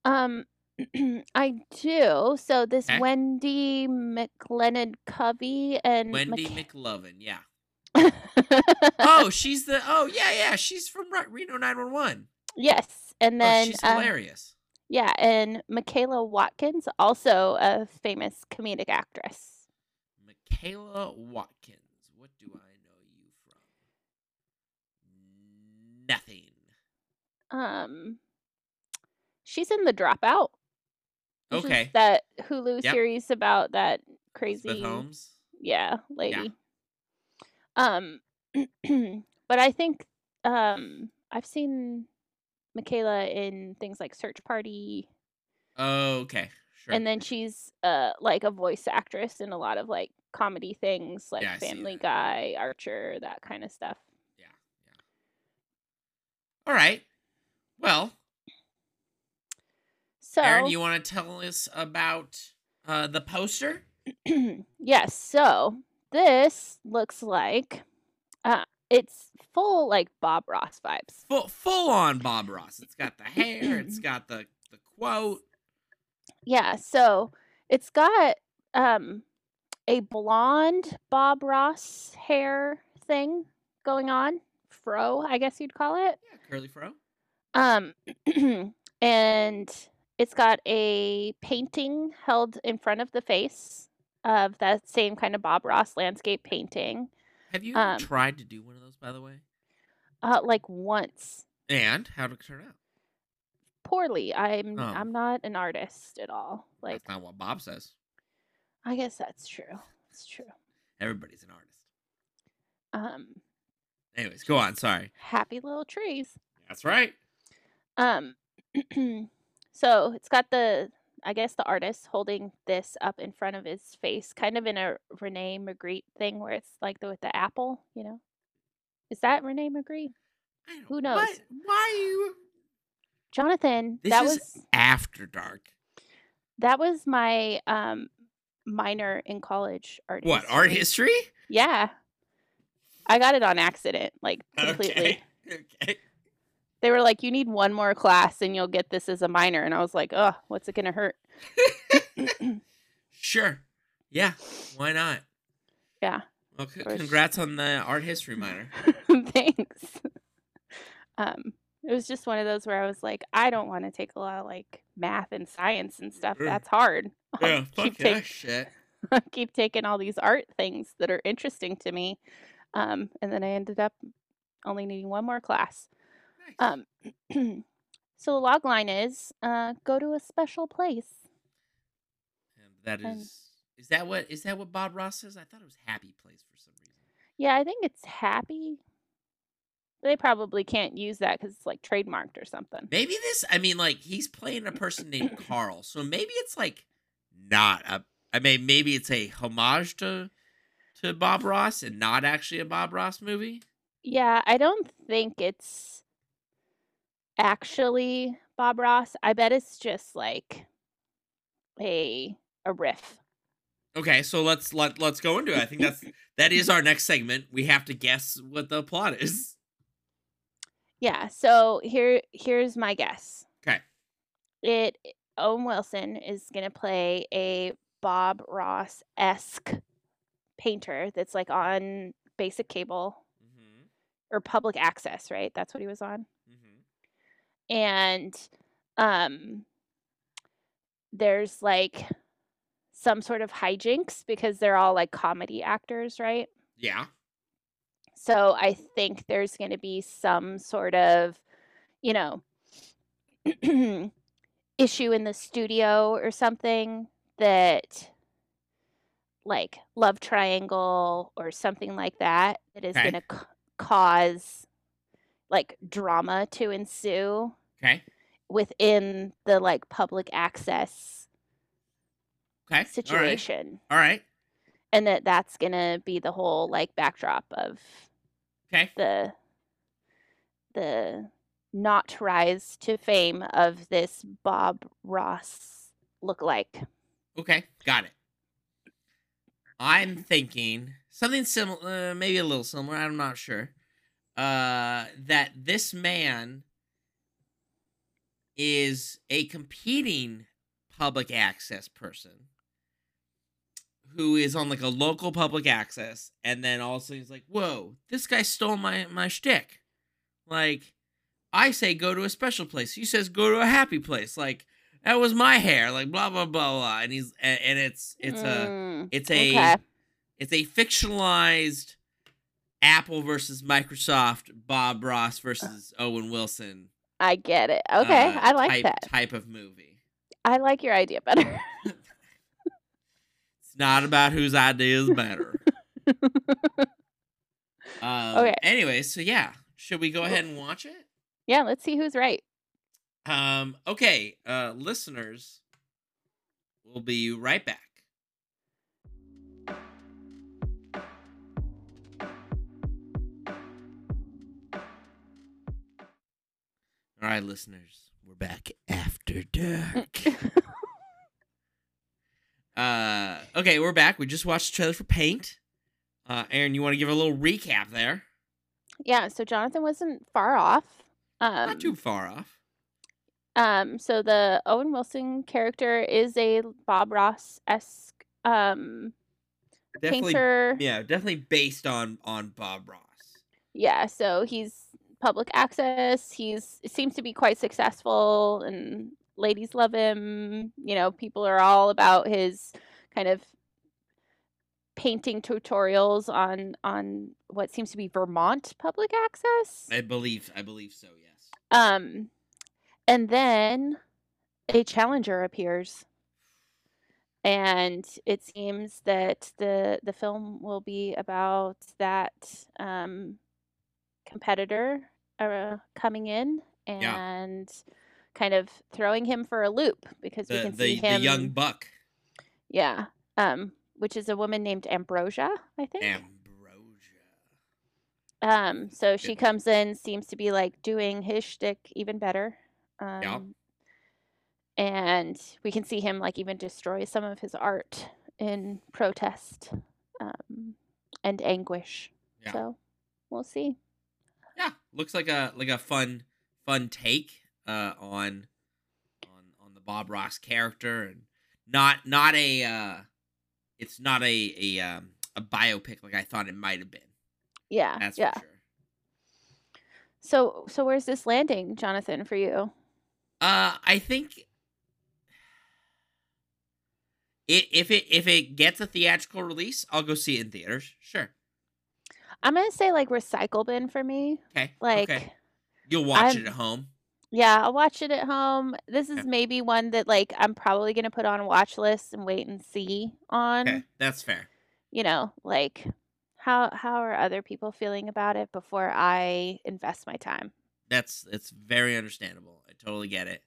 Speaker 2: Um, I do. So this
Speaker 1: Okay.
Speaker 2: Wendy McLennan Covey and
Speaker 1: Wendy
Speaker 2: Mm, Mc-
Speaker 1: McLovin. Yeah. Oh, she's the. Oh, yeah, yeah. She's from Re- Reno 911.
Speaker 2: yes, and
Speaker 1: Oh,
Speaker 2: then
Speaker 1: she's
Speaker 2: uh,
Speaker 1: hilarious.
Speaker 2: yeah, and Michaela Watkins, also a famous comedic actress.
Speaker 1: Michaela Watkins. What do I know you from? Nothing.
Speaker 2: Um, she's in The Dropout. which is
Speaker 1: Okay.
Speaker 2: that Hulu
Speaker 1: Yep.
Speaker 2: series about that
Speaker 1: Elizabeth
Speaker 2: crazy
Speaker 1: Holmes.
Speaker 2: yeah lady um but i think um i've seen michaela in things like search party
Speaker 1: Okay. Sure.
Speaker 2: and then she's uh like a voice actress in a lot of like comedy things like
Speaker 1: Yeah, I see
Speaker 2: family
Speaker 1: that.
Speaker 2: guy archer that kind of stuff
Speaker 1: Yeah. Yeah. All right. Well,
Speaker 2: so
Speaker 1: Aaron, you want to tell us about uh, the poster?
Speaker 2: yes, so this looks like uh it's full like Bob Ross vibes.
Speaker 1: Full, full on Bob Ross. It's got the hair. It's got the the quote.
Speaker 2: Yeah, so it's got um a blonde Bob Ross hair thing going on, fro, I guess you'd call it.
Speaker 1: Yeah, curly fro.
Speaker 2: Um and it's got a painting held in front of the face of that same kind of Bob Ross landscape painting,
Speaker 1: Have you ever
Speaker 2: Um,
Speaker 1: tried to do one of those, by the way?
Speaker 2: uh like once
Speaker 1: And how did it turn out?
Speaker 2: poorly. I'm
Speaker 1: Oh.
Speaker 2: I'm not an artist at all. Like
Speaker 1: that's not what Bob says.
Speaker 2: I guess that's true. It's true.
Speaker 1: Everybody's an artist.
Speaker 2: Um
Speaker 1: Anyways, go on. Sorry.
Speaker 2: happy little trees.
Speaker 1: That's right.
Speaker 2: Um so it's got the I guess the artist holding this up in front of his face, kind of in a Rene Magritte thing where it's like the with the apple, you know. Is that Rene Magritte?
Speaker 1: I don't-
Speaker 2: Who knows?
Speaker 1: Why, why are you
Speaker 2: Jonathan,
Speaker 1: This
Speaker 2: that
Speaker 1: is-
Speaker 2: was
Speaker 1: after dark?
Speaker 2: that was my um minor in college art
Speaker 1: What art
Speaker 2: history.
Speaker 1: history?
Speaker 2: Yeah. I got it on accident, like completely.
Speaker 1: Okay. okay.
Speaker 2: They were like, "You need one more class, and you'll get this as a minor." And I was like, "Oh, what's it gonna hurt?"
Speaker 1: Sure. Yeah. Why not?
Speaker 2: Yeah.
Speaker 1: Well, c-
Speaker 2: Or s-
Speaker 1: congrats on the art history minor.
Speaker 2: Thanks. Um, it was just one of those where I was like, I don't want to take a lot of like math and science and stuff.
Speaker 1: Sure.
Speaker 2: That's hard. I'll
Speaker 1: yeah. Fuck
Speaker 2: Oh, keep,
Speaker 1: that
Speaker 2: take,
Speaker 1: shit.
Speaker 2: keep taking all these art things that are interesting to me. Um, and then I ended up only needing one more class.
Speaker 1: Nice.
Speaker 2: Um, so the log line is uh, go to a special place.
Speaker 1: And that
Speaker 2: and-
Speaker 1: is. Is that what is that what Bob Ross says? I thought it was Happy Place for some reason.
Speaker 2: Yeah, I think it's happy. They probably can't use that because it's like trademarked or something.
Speaker 1: Maybe this. I mean, like he's playing a person named Carl, so maybe it's like not a. I mean, maybe it's a homage to to Bob Ross and not actually a Bob Ross movie.
Speaker 2: Yeah, I don't think it's actually Bob Ross. I bet it's just like a a riff.
Speaker 1: Okay, so let's let let's go into it. I think that's that is our next segment. We have to guess what the plot is.
Speaker 2: Yeah, so here here's my guess.
Speaker 1: 'Kay.
Speaker 2: It Owen Wilson is going to play a Bob Ross-esque painter that's like on basic cable
Speaker 1: Mm-hmm.
Speaker 2: or public access, right? That's what he was on. and um there's like some sort of hijinks because they're all like comedy actors right
Speaker 1: Yeah.
Speaker 2: so i think there's going to be some sort of you know issue in the studio or something that like love triangle or something like that that is
Speaker 1: Okay.
Speaker 2: going to c- cause like drama to ensue
Speaker 1: Okay.
Speaker 2: within the like public access
Speaker 1: Okay.
Speaker 2: situation
Speaker 1: All right.
Speaker 2: and that that's going to be the whole like backdrop of
Speaker 1: All right. Okay.
Speaker 2: the the not rise to fame of this Bob Ross look like
Speaker 1: Okay, got it. I'm thinking something similar, uh, maybe a little similar. I'm not sure. Uh, that this man is a competing public access person who is on like a local public access, and then all of a sudden he's like, "Whoa, this guy stole my my shtick." Like, I say go to a special place. He says go to a happy place. Like that was my hair. Like blah blah blah blah. And he's and, and it's it's uh, a
Speaker 2: Mm,
Speaker 1: it's a
Speaker 2: okay.
Speaker 1: it's a fictionalized Apple versus Microsoft, Bob Ross versus Owen Wilson.
Speaker 2: I get it. Okay,
Speaker 1: uh,
Speaker 2: I like
Speaker 1: type,
Speaker 2: that.
Speaker 1: type of movie.
Speaker 2: I like your idea better.
Speaker 1: It's not about whose idea is better. um,
Speaker 2: Okay.
Speaker 1: Anyway, so yeah, should we go ahead and watch it?
Speaker 2: yeah, let's see who's right.
Speaker 1: Um, okay, uh, listeners, we'll be right back. All right, listeners, we're back after dark. uh, okay, we're back. We just watched the trailer for Paint. Uh, Aaron, you want to give a little recap there?
Speaker 2: Yeah, so Jonathan wasn't far off. Um,
Speaker 1: Not too far off.
Speaker 2: Um, so the Owen Wilson character is a Bob Ross esque um
Speaker 1: Definitely,
Speaker 2: painter. Yeah.
Speaker 1: yeah, definitely based on on Bob Ross.
Speaker 2: so he's public access. He's seems to be quite successful, and ladies love him. You know, people are all about his kind of painting tutorials on on what seems to be Vermont public access.
Speaker 1: I believe I believe so, yes.
Speaker 2: Um, and then a challenger appears, and it seems that the the film will be about that um, competitor uh, coming in and
Speaker 1: Yeah.
Speaker 2: kind of throwing him for a loop because we
Speaker 1: The
Speaker 2: can
Speaker 1: the,
Speaker 2: see him.
Speaker 1: the young buck
Speaker 2: yeah, um, which is a woman named Ambrosia, I think.
Speaker 1: Ambrosia.
Speaker 2: Um, so she
Speaker 1: Good.
Speaker 2: comes in, seems to be like doing his shtick even better. Um, And we can see him like even destroy some of his art in protest um, and anguish.
Speaker 1: Yeah.
Speaker 2: So we'll see.
Speaker 1: Yeah, looks like a like a fun fun take uh on on on the Bob Ross character and not not a uh it's not a a um a biopic like I thought it might have been.
Speaker 2: Yeah.
Speaker 1: That's
Speaker 2: Ah, yeah.
Speaker 1: for sure.
Speaker 2: So so where's this landing, Jonathan, for you?
Speaker 1: Uh, I think it if it if it gets a theatrical release, I'll go see it in theaters. Sure.
Speaker 2: I'm gonna say like recycle bin for me.
Speaker 1: Okay.
Speaker 2: Like
Speaker 1: okay. You'll watch
Speaker 2: I'm-
Speaker 1: it at home.
Speaker 2: Yeah, I'll watch it at home. This is
Speaker 1: Okay.
Speaker 2: maybe one that like I'm probably gonna put on a watch list and wait and see on.
Speaker 1: Okay, that's fair.
Speaker 2: You know, like how how are other people feeling about it before I invest my time?
Speaker 1: That's it's very understandable. I totally get it.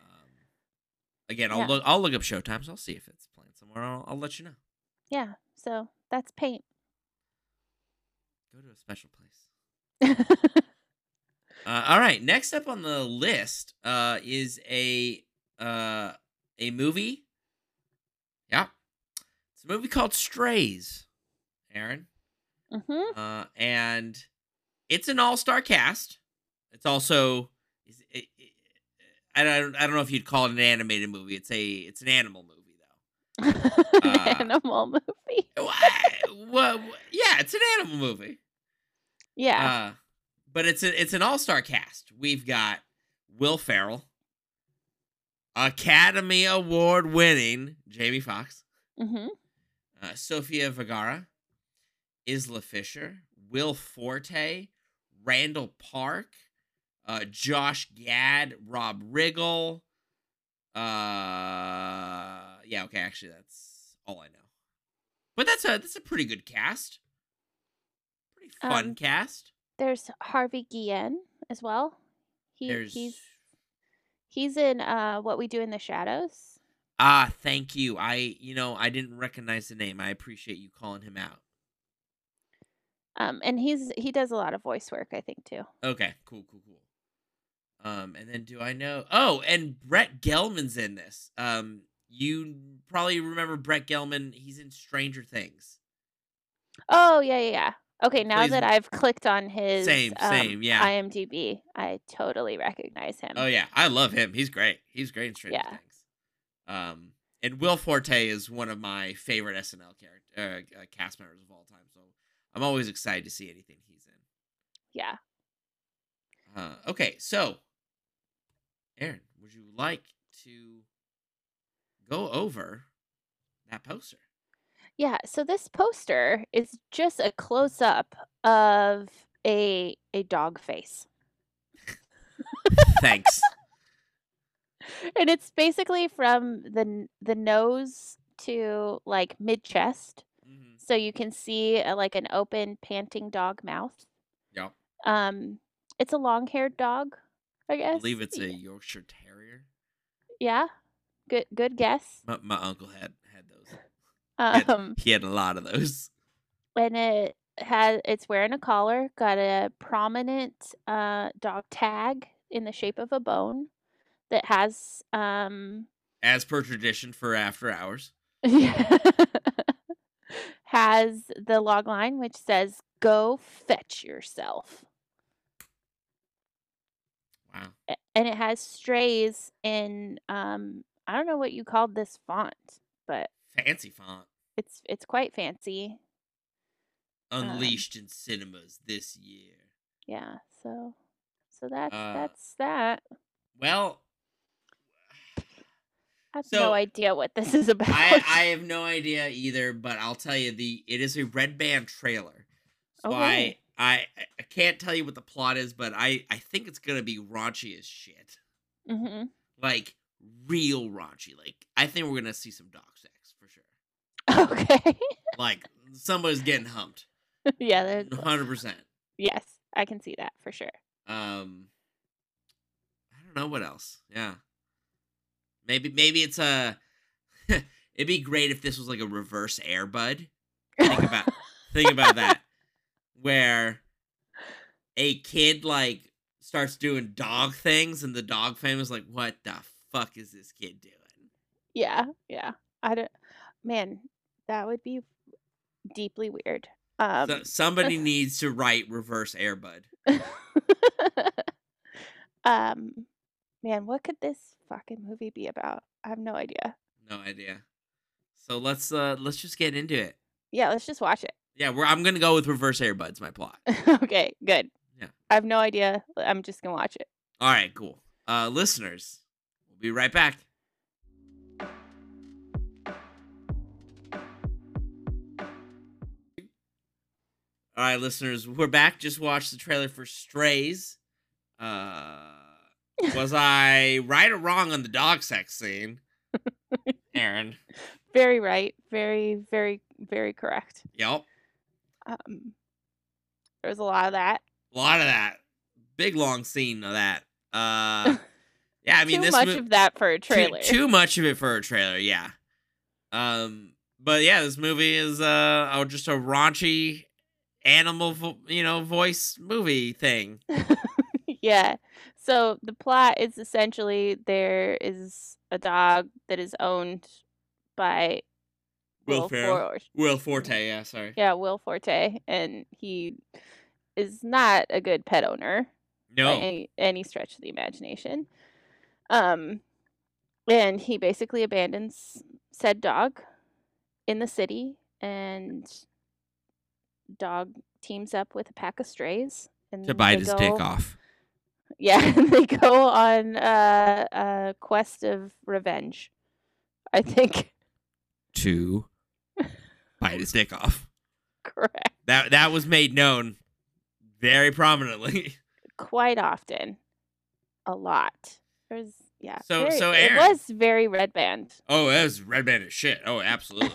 Speaker 1: Um, again, I'll
Speaker 2: Yeah.
Speaker 1: look. I'll look up showtimes. I'll see if it's playing somewhere. I'll, I'll let you know.
Speaker 2: Yeah, so that's paint.
Speaker 1: Go to a special place. Uh, all right. Next up on the list uh, is a uh, a movie. Yeah, it's a movie called Strays. Aaron.
Speaker 2: hmm
Speaker 1: Uh, and it's an all-star cast. It's also is- it- it- I don't I don't know if you'd call it an animated movie. It's a it's an animal movie though.
Speaker 2: An
Speaker 1: Uh,
Speaker 2: animal movie.
Speaker 1: well, yeah, it's an animal movie.
Speaker 2: Yeah.
Speaker 1: Uh, but it's a, it's an all-star cast. We've got Will Ferrell, Academy Award winning Jamie Foxx,
Speaker 2: hmm
Speaker 1: uh, Sofia Vergara, Isla Fisher, Will Forte, Randall Park, uh, Josh Gad, Rob Riggle. Uh, yeah, okay, actually, that's all I know. But that's a that's a pretty good cast. Pretty fun
Speaker 2: Um,
Speaker 1: cast.
Speaker 2: There's Harvey Guillen as well. He
Speaker 1: There's
Speaker 2: he's he's in uh What We Do in the Shadows.
Speaker 1: ah, thank you. I you know I didn't recognize the name. I appreciate you calling him out.
Speaker 2: Um and he's he does a lot of voice work, I think too.
Speaker 1: Okay, cool, cool, cool. Um, and then do I know? Oh, and Brett Gelman's in this. Um, You probably remember Brett Gelman. He's in Stranger Things.
Speaker 2: Oh yeah, yeah, yeah. Okay, now
Speaker 1: plays-
Speaker 2: that I've clicked on his
Speaker 1: Same,
Speaker 2: um,
Speaker 1: same, yeah.
Speaker 2: IMDb, I totally recognize him.
Speaker 1: Oh yeah, I love him. He's great. He's great in Stranger
Speaker 2: Yeah.
Speaker 1: Things. Um, and Will Forte is one of my favorite SNL character uh, uh, cast members of all time. So I'm always excited to see anything he's in.
Speaker 2: yeah.
Speaker 1: Uh, okay, so Aaron, would you like to go over that poster?
Speaker 2: Yeah, so this poster is just a close up of a a dog face.
Speaker 1: Thanks.
Speaker 2: And it's basically from the n- the nose to like mid chest.
Speaker 1: Mhm.
Speaker 2: So you can see uh like an open panting dog mouth.
Speaker 1: Yep.
Speaker 2: Um it's a long-haired dog, I
Speaker 1: I
Speaker 2: guess.
Speaker 1: believe it's a
Speaker 2: Y-
Speaker 1: Yorkshire Terrier.
Speaker 2: Yeah. Good good guess.
Speaker 1: My, my uncle had had those. had-
Speaker 2: Um
Speaker 1: He had a lot of those.
Speaker 2: and it has it's wearing a collar, got a prominent uh dog tag in the shape of a bone that has um
Speaker 1: As per tradition for after hours.
Speaker 2: has the log line which says go fetch yourself.
Speaker 1: Wow.
Speaker 2: A- And it has strays in um I don't know what you called this font, but
Speaker 1: Fancy font.
Speaker 2: it's it's quite fancy. Um,
Speaker 1: unleashed in cinemas this year.
Speaker 2: Yeah, so so that's
Speaker 1: Uh,
Speaker 2: that's that.
Speaker 1: Well,
Speaker 2: I have
Speaker 1: so
Speaker 2: no idea what this is about.
Speaker 1: I I have no idea either, but I'll tell you the it is a red band trailer. So I,
Speaker 2: Okay.
Speaker 1: I I can't tell you what the plot is, but I I think it's gonna be raunchy as shit,
Speaker 2: hmm
Speaker 1: like real raunchy. Like I think we're gonna see some dog sex for sure.
Speaker 2: Okay.
Speaker 1: Like somebody's getting humped,
Speaker 2: yeah, there's,
Speaker 1: hundred percent.
Speaker 2: yes, I can see that for sure.
Speaker 1: Um, I don't know what else. Yeah, maybe maybe it's a. it'd be great if this was like a reverse Airbud. Think about think about that, where a kid like starts doing dog things, and the dog fam is like, "What the fuck is this kid doing?"
Speaker 2: yeah, yeah. I don't. Man, that would be deeply weird. Um,
Speaker 1: so, somebody needs to write reverse Airbud.
Speaker 2: um, man, what could this fucking movie be about? I have no idea.
Speaker 1: No idea. So let's uh let's just get into it.
Speaker 2: Yeah, let's just watch it.
Speaker 1: Yeah, we're, I'm gonna go with reverse Airbud's my plot.
Speaker 2: okay, good.
Speaker 1: Yeah.
Speaker 2: I have no idea. I'm just gonna watch it.
Speaker 1: All right, cool. Uh, listeners, we'll be right back. All right, listeners, we're back. Just watched the trailer for Strays. Uh, was I right or wrong on the dog sex scene, Aaron?
Speaker 2: Very right. Very, very, very correct.
Speaker 1: Yep,
Speaker 2: Um, there was a lot of that.
Speaker 1: a lot of that. Big long scene of that. Uh, yeah, I mean
Speaker 2: Too
Speaker 1: this
Speaker 2: much
Speaker 1: mo-
Speaker 2: of that for a
Speaker 1: too-
Speaker 2: trailer.
Speaker 1: Too, much of it for a trailer, yeah. Um, but yeah, this movie is uh oh, just a raunchy animal, vo- you know, voice movie thing.
Speaker 2: Yeah. So the plot is essentially there is a dog that is owned by
Speaker 1: Will
Speaker 2: Will
Speaker 1: Ferrell.
Speaker 2: Forte.
Speaker 1: Will Forte, yeah, sorry.
Speaker 2: Yeah, Will Forte, and he is not a good pet owner by
Speaker 1: No,
Speaker 2: any any stretch of the imagination. Um, and he basically abandons said dog in the city, and dog teams up with a pack of strays and
Speaker 1: to bite
Speaker 2: they
Speaker 1: his dick
Speaker 2: go-
Speaker 1: off.
Speaker 2: yeah, and they go on uh, a quest of revenge. I think
Speaker 1: To bite his dick off.
Speaker 2: correct
Speaker 1: That that was made known very prominently.
Speaker 2: quite often, a lot. There's yeah.
Speaker 1: So-
Speaker 2: very-
Speaker 1: so
Speaker 2: it
Speaker 1: Aaron-
Speaker 2: was very red band.
Speaker 1: Oh, that was red banded shit. Oh, absolutely.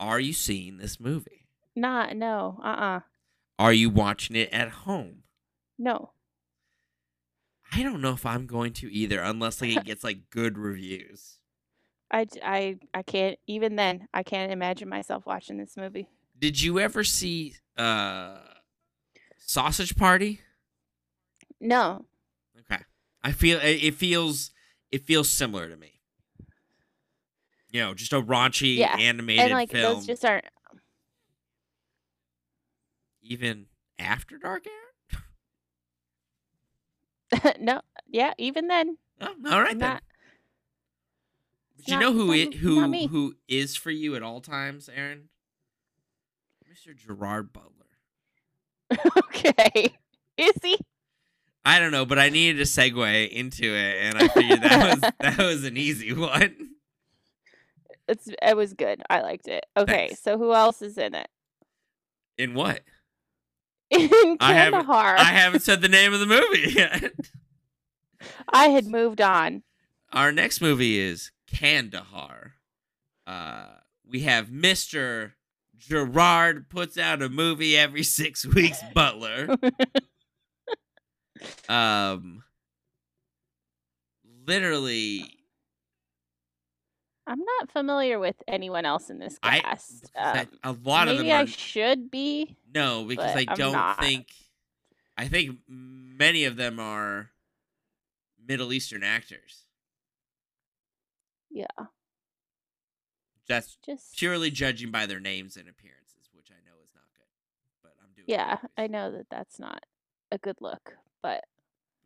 Speaker 1: Are you seeing this movie?
Speaker 2: Not no. Uh uh
Speaker 1: Are you watching it at home?
Speaker 2: No.
Speaker 1: I don't know if I'm going to either, unless like it gets like good reviews.
Speaker 2: I, j- I I can't even then. I can't imagine myself watching this movie.
Speaker 1: Did you ever see uh Sausage Party?
Speaker 2: No.
Speaker 1: Okay, I feel it it feels it feels similar to me. you know, just a raunchy
Speaker 2: Yeah,
Speaker 1: animated
Speaker 2: and like
Speaker 1: film.
Speaker 2: those just aren't
Speaker 1: Even after Dark Hour?
Speaker 2: no yeah even then
Speaker 1: Oh, all right
Speaker 2: I'm
Speaker 1: then.
Speaker 2: not-
Speaker 1: But
Speaker 2: it's
Speaker 1: you
Speaker 2: not-
Speaker 1: know who
Speaker 2: not
Speaker 1: it,
Speaker 2: me-
Speaker 1: who
Speaker 2: not me.
Speaker 1: who is for you at all times, Aaron? Mr. Gerard Butler.
Speaker 2: okay is he
Speaker 1: I don't know, but I needed a segue into it, and I figured that was that was an easy one.
Speaker 2: it's it was good i liked it okay
Speaker 1: Thanks.
Speaker 2: so who else is in it
Speaker 1: In what?
Speaker 2: in
Speaker 1: I haven't-
Speaker 2: kandahar
Speaker 1: I haven't said the name of the movie yet.
Speaker 2: I had moved on
Speaker 1: Our next movie is Kandahar. Uh, we have Mr. Gerard puts out a movie every six weeks, Butler. um, literally,
Speaker 2: I'm not familiar with anyone else in this
Speaker 1: I-
Speaker 2: cast.
Speaker 1: that-
Speaker 2: Um,
Speaker 1: a lot of them
Speaker 2: maybe
Speaker 1: are
Speaker 2: I should be.
Speaker 1: no, because
Speaker 2: but
Speaker 1: I
Speaker 2: I'm
Speaker 1: don't
Speaker 2: not.
Speaker 1: think. I think many of them are Middle Eastern actors.
Speaker 2: Yeah.
Speaker 1: That's
Speaker 2: Just
Speaker 1: purely judging by their names and appearances, which I know is not good. But I'm doing. it
Speaker 2: yeah, I
Speaker 1: anyways.
Speaker 2: know that that's not a good look, but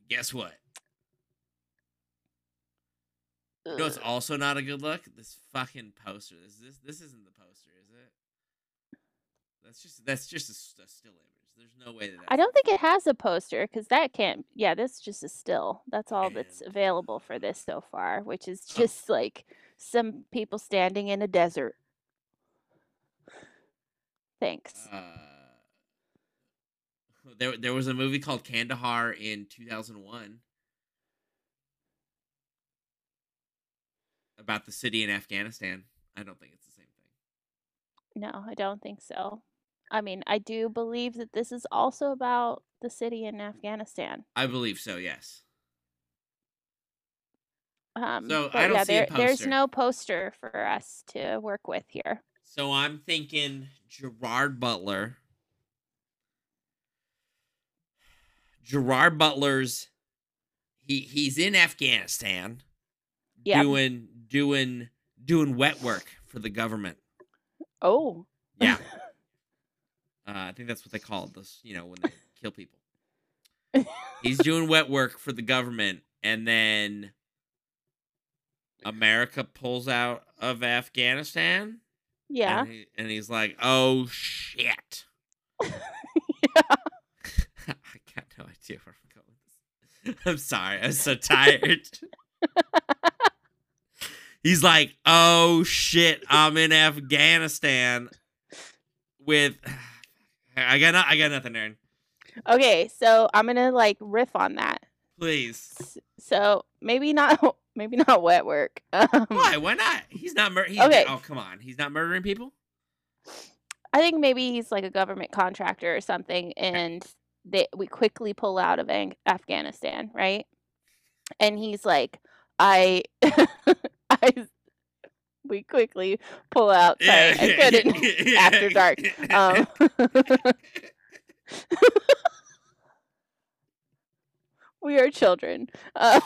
Speaker 1: Guess what? You know it's
Speaker 2: ugh,
Speaker 1: also not a good look. This fucking poster. This this this isn't the poster, is it? That's just that's just a, s- a still image. There's no way that.
Speaker 2: I
Speaker 1: that's
Speaker 2: don't think it has a poster because that can't. Yeah, this just is still. That's all that's
Speaker 1: And,
Speaker 2: available for this so far, which is just like some people standing in a desert. Thanks.
Speaker 1: Uh, there there was a movie called Kandahar in 2001 about the city in Afghanistan. I don't think it's the same thing.
Speaker 2: No, I don't think so. I mean, I do believe that this is also about the city in Afghanistan.
Speaker 1: I believe so. Yes.
Speaker 2: Um,
Speaker 1: So,
Speaker 2: but
Speaker 1: I don't
Speaker 2: yeah,
Speaker 1: see a
Speaker 2: there, there's
Speaker 1: poster.
Speaker 2: no poster for us to work with here.
Speaker 1: So I'm thinking Gerard Butler. Gerard Butler's he he's in Afghanistan
Speaker 2: Yeah.
Speaker 1: doing doing doing wet work for the government.
Speaker 2: Oh.
Speaker 1: Yeah. Uh, I think that's what they call it, this, you know, when they kill people. He's doing wet work for the government and then America pulls out of Afghanistan.
Speaker 2: yeah.
Speaker 1: And, he, and he's like, oh shit. I got no idea where I'm going with this. I'm sorry. I'm so tired. he's like, oh shit. I'm in Afghanistan with. I got, no, I got nothing, Aaron.
Speaker 2: Okay, so I'm gonna like riff on that.
Speaker 1: Please.
Speaker 2: S- So maybe not, maybe not wet work. Um,
Speaker 1: Why? Why not? He's not murdering.
Speaker 2: Okay.
Speaker 1: Oh, come on. He's not murdering people?
Speaker 2: I think maybe he's like a government contractor or something, and they we quickly pull out of Ang- Afghanistan, right? And he's like, I, I, we quickly pull out. Sorry, I couldn't. after dark. Um, we are children. Um,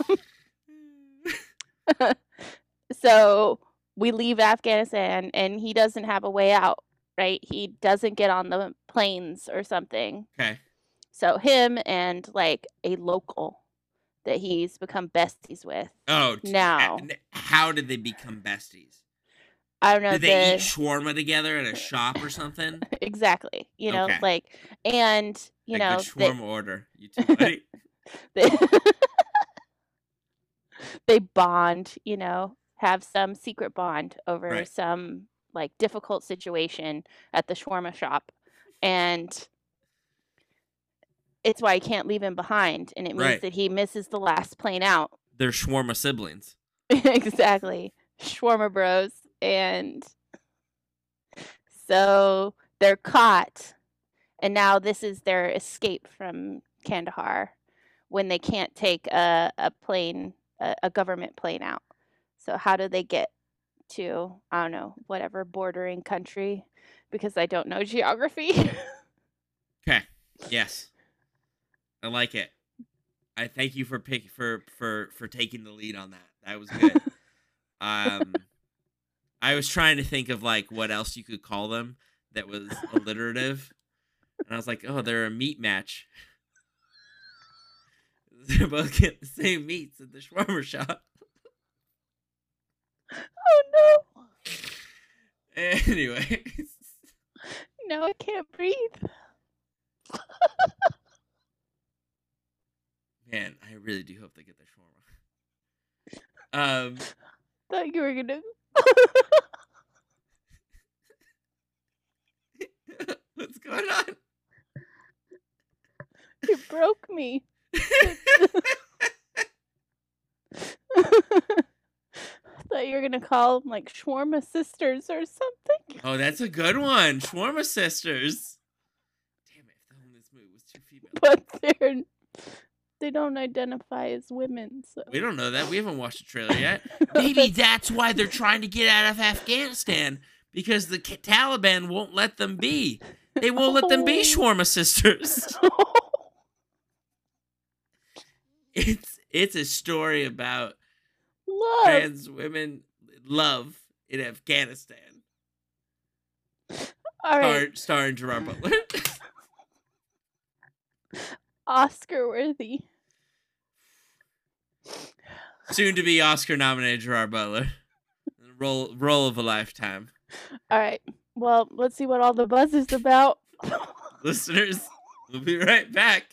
Speaker 2: so we leave Afghanistan, and he doesn't have a way out, right? He doesn't get on the planes or something.
Speaker 1: okay.
Speaker 2: So him and like a local that he's become besties with.
Speaker 1: Oh, t-
Speaker 2: Now
Speaker 1: n- how did they become besties?
Speaker 2: I don't know.
Speaker 1: Did they eat
Speaker 2: the-
Speaker 1: shawarma together at a shop or something?
Speaker 2: exactly you know
Speaker 1: Okay.
Speaker 2: like and you
Speaker 1: like
Speaker 2: know
Speaker 1: the
Speaker 2: they,
Speaker 1: shawarma order. You two, buddy.
Speaker 2: they, they bond you know have some secret bond over
Speaker 1: Right.
Speaker 2: some like difficult situation at the shawarma shop and it's why he can't leave him behind and it means
Speaker 1: Right.
Speaker 2: that he misses the last plane out
Speaker 1: They're shawarma siblings.
Speaker 2: exactly. Shawarma Bros. And so they're caught. And now this is their escape from Kandahar when they can't take a, a plane, a, a government plane out. So, how do they get to, I don't know, whatever bordering country? Because I don't know geography.
Speaker 1: Okay. Yes. I like it. I thank you for pick for for for taking the lead on that. That was good. um I was trying to think of like what else you could call them that was alliterative, and I was like, oh, they're a meat match. They're both getting the same meats at the shawarma shop.
Speaker 2: Oh no.
Speaker 1: Anyway,
Speaker 2: No, I can't breathe.
Speaker 1: man, I really do hope they get their shawarma. Um,
Speaker 2: Thought you were gonna
Speaker 1: Um, what's going on?
Speaker 2: you broke me. Thought you were gonna call 'em, like shawarma sisters or something.
Speaker 1: Oh, that's a good one. Shawarma Sisters. Damn it, if the homeless movie was two female.
Speaker 2: But they're they don't identify as women, so
Speaker 1: We don't know that. We haven't watched the trailer yet. Maybe that's why they're trying to get out of Afghanistan because the K- Taliban won't let them be. They won't let them be
Speaker 2: Oh.
Speaker 1: shawarma sisters. It's it's a story about
Speaker 2: Love.
Speaker 1: trans women love in Afghanistan.
Speaker 2: All
Speaker 1: Star,
Speaker 2: right,
Speaker 1: starring Gerard Butler.
Speaker 2: Oscar worthy.
Speaker 1: Soon to be Oscar nominated Gerard Butler. Role role of a lifetime.
Speaker 2: All right. Well, let's see what all the buzz is about.
Speaker 1: Listeners, we'll be right back.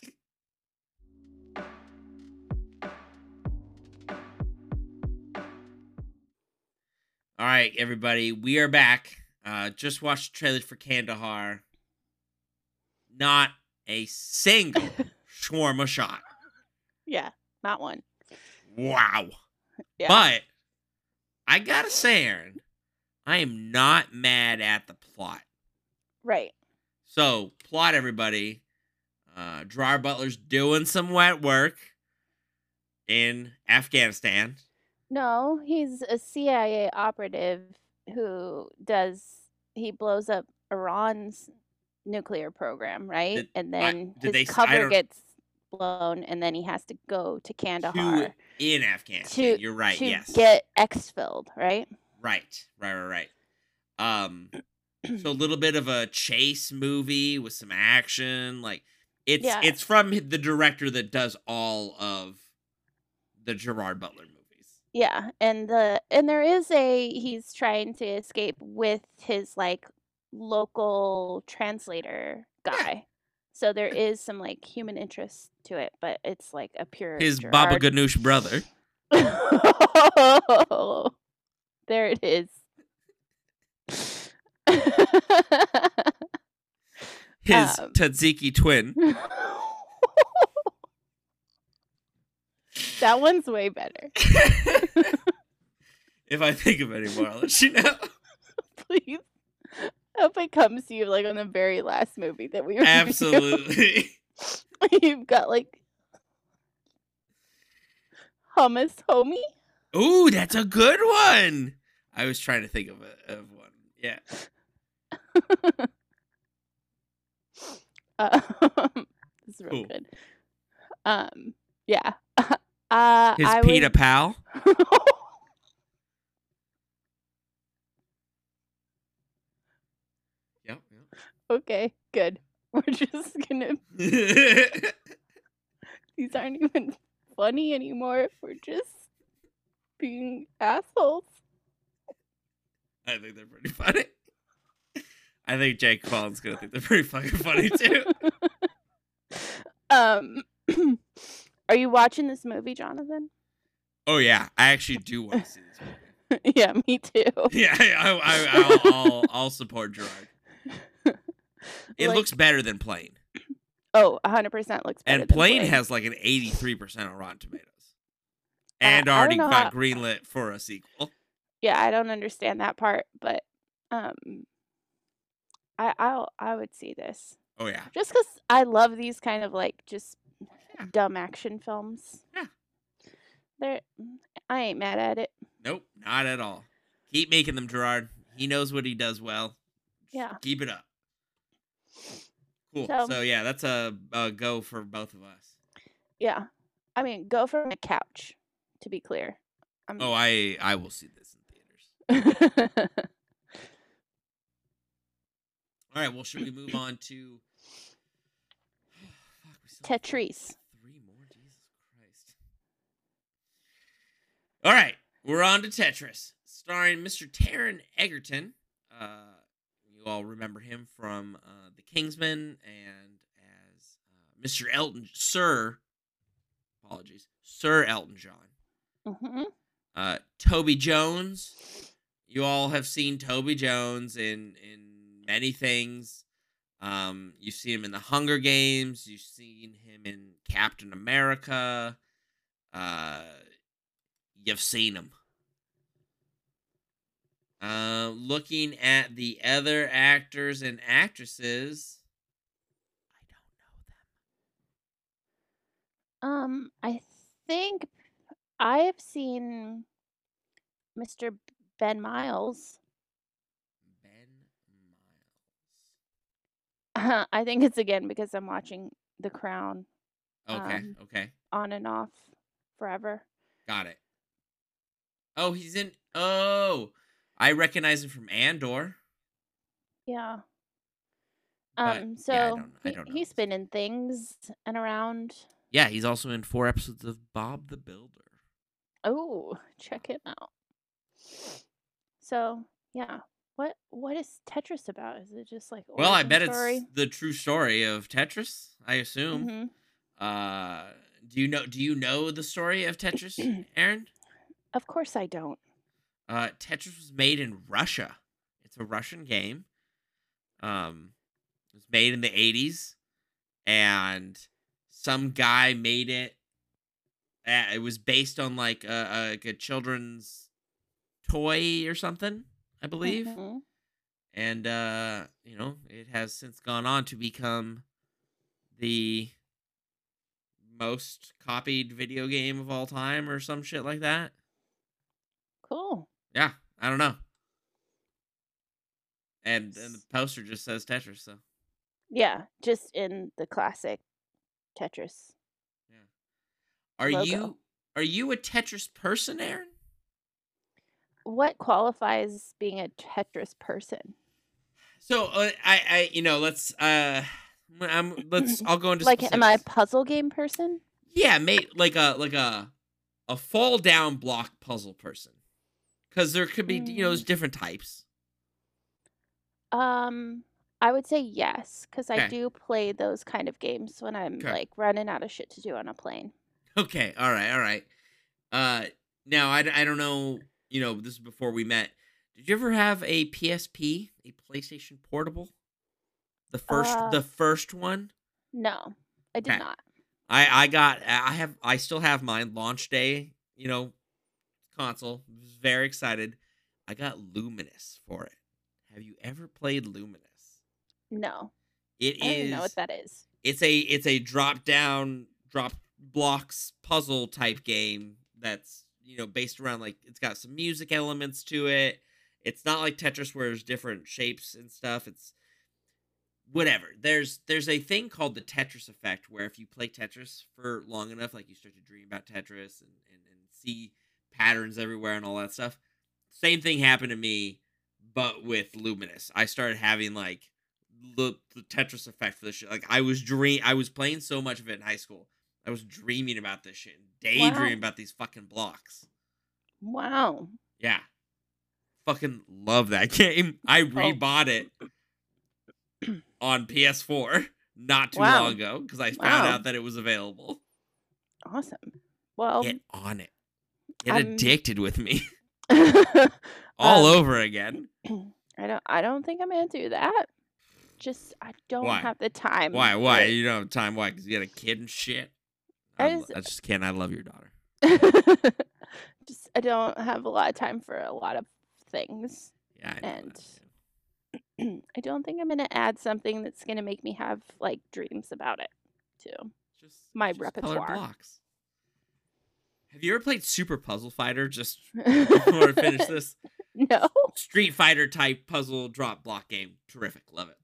Speaker 1: All right, everybody, we are back. Uh, just watched the trailer for Kandahar. Not a single shawarma shot.
Speaker 2: yeah, not one.
Speaker 1: Wow.
Speaker 2: Yeah.
Speaker 1: But I gotta say, Aaron, I am not mad at the plot.
Speaker 2: Right.
Speaker 1: So, plot everybody. Uh, Gerard Butler's doing some wet work in Afghanistan.
Speaker 2: No, he's a CIA operative who does he blows up Iran's nuclear program, right?
Speaker 1: Did-
Speaker 2: and
Speaker 1: I-
Speaker 2: then
Speaker 1: did
Speaker 2: his
Speaker 1: they s- I
Speaker 2: cover
Speaker 1: don't-
Speaker 2: gets blown, and then he has to go to Kandahar
Speaker 1: In Afghanistan. You're right.
Speaker 2: to
Speaker 1: uh, yes.
Speaker 2: get exfilled, right?
Speaker 1: Right. Right. Right. Right. Um. so a little bit of a chase movie with some action. Like it's
Speaker 2: Yeah.
Speaker 1: it's from the director that does all of the Gerard Butler movies.
Speaker 2: Yeah, and the and there is a he's trying to escape with his like local translator
Speaker 1: Yeah.
Speaker 2: guy. So there is some like human interest to it, but it's like a pure
Speaker 1: His Baba
Speaker 2: Gerard-
Speaker 1: Ganoush brother.
Speaker 2: there it is.
Speaker 1: His
Speaker 2: Um.
Speaker 1: Tadziki twin.
Speaker 2: that one's way better.
Speaker 1: If I think of any more, I'll let you know.
Speaker 2: Please. Hope it comes to you like on the very last movie that we were
Speaker 1: Absolutely.
Speaker 2: You've got like hummus, homie.
Speaker 1: Ooh, that's a good one. I was trying to think of a, of one. Yeah.
Speaker 2: Um, this is real
Speaker 1: Cool.
Speaker 2: good. Um, yeah. Uh, I
Speaker 1: His
Speaker 2: would-
Speaker 1: PETA pal. Yep.
Speaker 2: okay, good. We're just gonna.
Speaker 1: yep.
Speaker 2: These aren't even funny anymore. We're just being assholes.
Speaker 1: I think they're pretty funny. I think Jake Collins gonna think they're pretty fucking funny too.
Speaker 2: Um, are you watching this movie, Jonathan?
Speaker 1: Oh yeah, I actually do want to see this movie.
Speaker 2: yeah, me too.
Speaker 1: Yeah, I, I, I'll, I'll, I'll support Gerard. It
Speaker 2: Like-
Speaker 1: looks better than Plane,
Speaker 2: Oh, 100% looks better.
Speaker 1: and
Speaker 2: than
Speaker 1: Plane has like an eighty-three percent on Rotten Tomatoes, and
Speaker 2: I don't
Speaker 1: already
Speaker 2: know
Speaker 1: got
Speaker 2: how-
Speaker 1: greenlit for a sequel.
Speaker 2: Yeah, I don't understand that part, but um I I'll, I would see this.
Speaker 1: Oh yeah,
Speaker 2: Just cuz I love these kind of like just
Speaker 1: Yeah.
Speaker 2: dumb action films.
Speaker 1: Yeah.
Speaker 2: They're I ain't mad at it.
Speaker 1: Nope, not at all. Keep making them, Gerard. He knows what he does well. Just
Speaker 2: Yeah.
Speaker 1: Keep it up. Cool. So,
Speaker 2: So-
Speaker 1: yeah, that's a, a go for both of us.
Speaker 2: Yeah. I mean, go for my couch to be clear. I'm
Speaker 1: Oh, I I will see this in theaters.
Speaker 2: Mm-hmm.
Speaker 1: All right. Well, should we move on to? oh, Fuck, we still have
Speaker 2: Tetris.
Speaker 1: Three more. Jesus Christ. All right. We're on to Tetris, starring Mr. Taron Egerton. Uh, you all remember him from uh, The Kingsman and as uh, Mr. Elton, Sir. Apologies, Sir Elton John.
Speaker 2: hmm
Speaker 1: Uh, Toby Jones. You all have seen Toby Jones in in many things. Um, you've seen him in the Hunger Games. You've seen him in Captain America. Uh, you've seen him. Uh, looking at the other actors and actresses, I don't know them.
Speaker 2: Um, I think I've seen Mr. B- Ben Miles.
Speaker 1: Ben Miles.
Speaker 2: I think it's again because I'm watching The Crown
Speaker 1: Okay,
Speaker 2: Um,
Speaker 1: okay,
Speaker 2: on and off forever.
Speaker 1: got it. Oh, he's in. Oh, I recognize him from Andor.
Speaker 2: Yeah.
Speaker 1: but,
Speaker 2: Um, so
Speaker 1: yeah, I don't- I
Speaker 2: he,
Speaker 1: don't know
Speaker 2: he's
Speaker 1: this.
Speaker 2: been in things and around.
Speaker 1: Yeah, he's also in four episodes of Bob the Builder.
Speaker 2: Oh, check it out. So yeah, what what is Tetris about? Is it just like
Speaker 1: Well, I
Speaker 2: origin
Speaker 1: bet
Speaker 2: story?
Speaker 1: it's the true story of Tetris. I assume.
Speaker 2: Mhm.
Speaker 1: Uh, do you know? Do you know the story of Tetris, Aaron?
Speaker 2: Of course, I don't.
Speaker 1: Uh, Tetris was made in Russia. It's a Russian game. Um, it was made in the eighties, and some guy made it. Uh, it was based on like a, a, like a children's toy or something, I believe.
Speaker 2: Mhm.
Speaker 1: And uh, you know, it has since gone on to become the most copied video game of all time, or some shit like that.
Speaker 2: Cool.
Speaker 1: Yeah, I don't know. And and the poster just says Tetris, so
Speaker 2: Yeah, just in the classic Tetris.
Speaker 1: are
Speaker 2: Logo.
Speaker 1: you are you a Tetris person, Aaron?
Speaker 2: What qualifies being a Tetris person?
Speaker 1: So uh, I I you know let's uh I'm let's I'll go into
Speaker 2: Like, am I a
Speaker 1: specifics.
Speaker 2: puzzle game person?
Speaker 1: yeah mate like a like a a fall down block puzzle person because there could be you know
Speaker 2: Mm.
Speaker 1: there's different types.
Speaker 2: Um, I would say yes, because I
Speaker 1: Okay.
Speaker 2: do play those kind of games when I'm
Speaker 1: Okay.
Speaker 2: like running out of shit to do on a plane.
Speaker 1: Okay, all right, all right. Uh, now I d- I don't know you know this is before we met. Did you ever have a PSP, a PlayStation Portable? The first
Speaker 2: Uh,
Speaker 1: the first one.
Speaker 2: No, I did
Speaker 1: Okay.
Speaker 2: not.
Speaker 1: I I got I I have I still have mine launch day, you know, console. Was very excited. I got Luminous for it. Have you ever played Luminous?
Speaker 2: No,
Speaker 1: It
Speaker 2: I don't even
Speaker 1: is
Speaker 2: know what that is.
Speaker 1: it's a it's a drop down drop blocks puzzle type game that's you know based around like it's got some music elements to it. It's not like Tetris where there's different shapes and stuff. It's whatever. There's there's a thing called the Tetris effect where if you play Tetris for long enough, like you start to dream about Tetris and, and, and see patterns everywhere and all that stuff. Same thing happened to me, but with Luminous. I started having like the, the Tetris effect for this shit. Like I was dream I was playing so much of it in high school. I was dreaming about this shit and daydreaming about these fucking blocks.
Speaker 2: Wow.
Speaker 1: Yeah. Fucking love that game. I
Speaker 2: Oh.
Speaker 1: rebought it on PS4 not too
Speaker 2: Wow.
Speaker 1: long ago because I found
Speaker 2: Wow.
Speaker 1: out that it was available.
Speaker 2: Awesome. Well,
Speaker 1: Get on it. Get
Speaker 2: Oh. I'm- Um,
Speaker 1: addicted with me all
Speaker 2: all
Speaker 1: over again.
Speaker 2: I don't. I don't think I'm gonna do that. Just I don't
Speaker 1: Why?
Speaker 2: have the time.
Speaker 1: Why? Why?
Speaker 2: for it.
Speaker 1: You don't have time. Why? Because you got a kid and shit.
Speaker 2: I
Speaker 1: I, lo-
Speaker 2: just-
Speaker 1: I just can't. I love your daughter.
Speaker 2: Just I don't have a lot of time for a lot of things.
Speaker 1: Yeah. I know that,
Speaker 2: And-
Speaker 1: yeah.
Speaker 2: I don't think I'm gonna add something that's gonna make me have like dreams about it, too.
Speaker 1: just
Speaker 2: my
Speaker 1: just colored
Speaker 2: repertoire.
Speaker 1: blocks. Have you ever played Super Puzzle Fighter? Just before I finish this,
Speaker 2: no,
Speaker 1: Street Fighter type puzzle drop block game. Terrific, love it.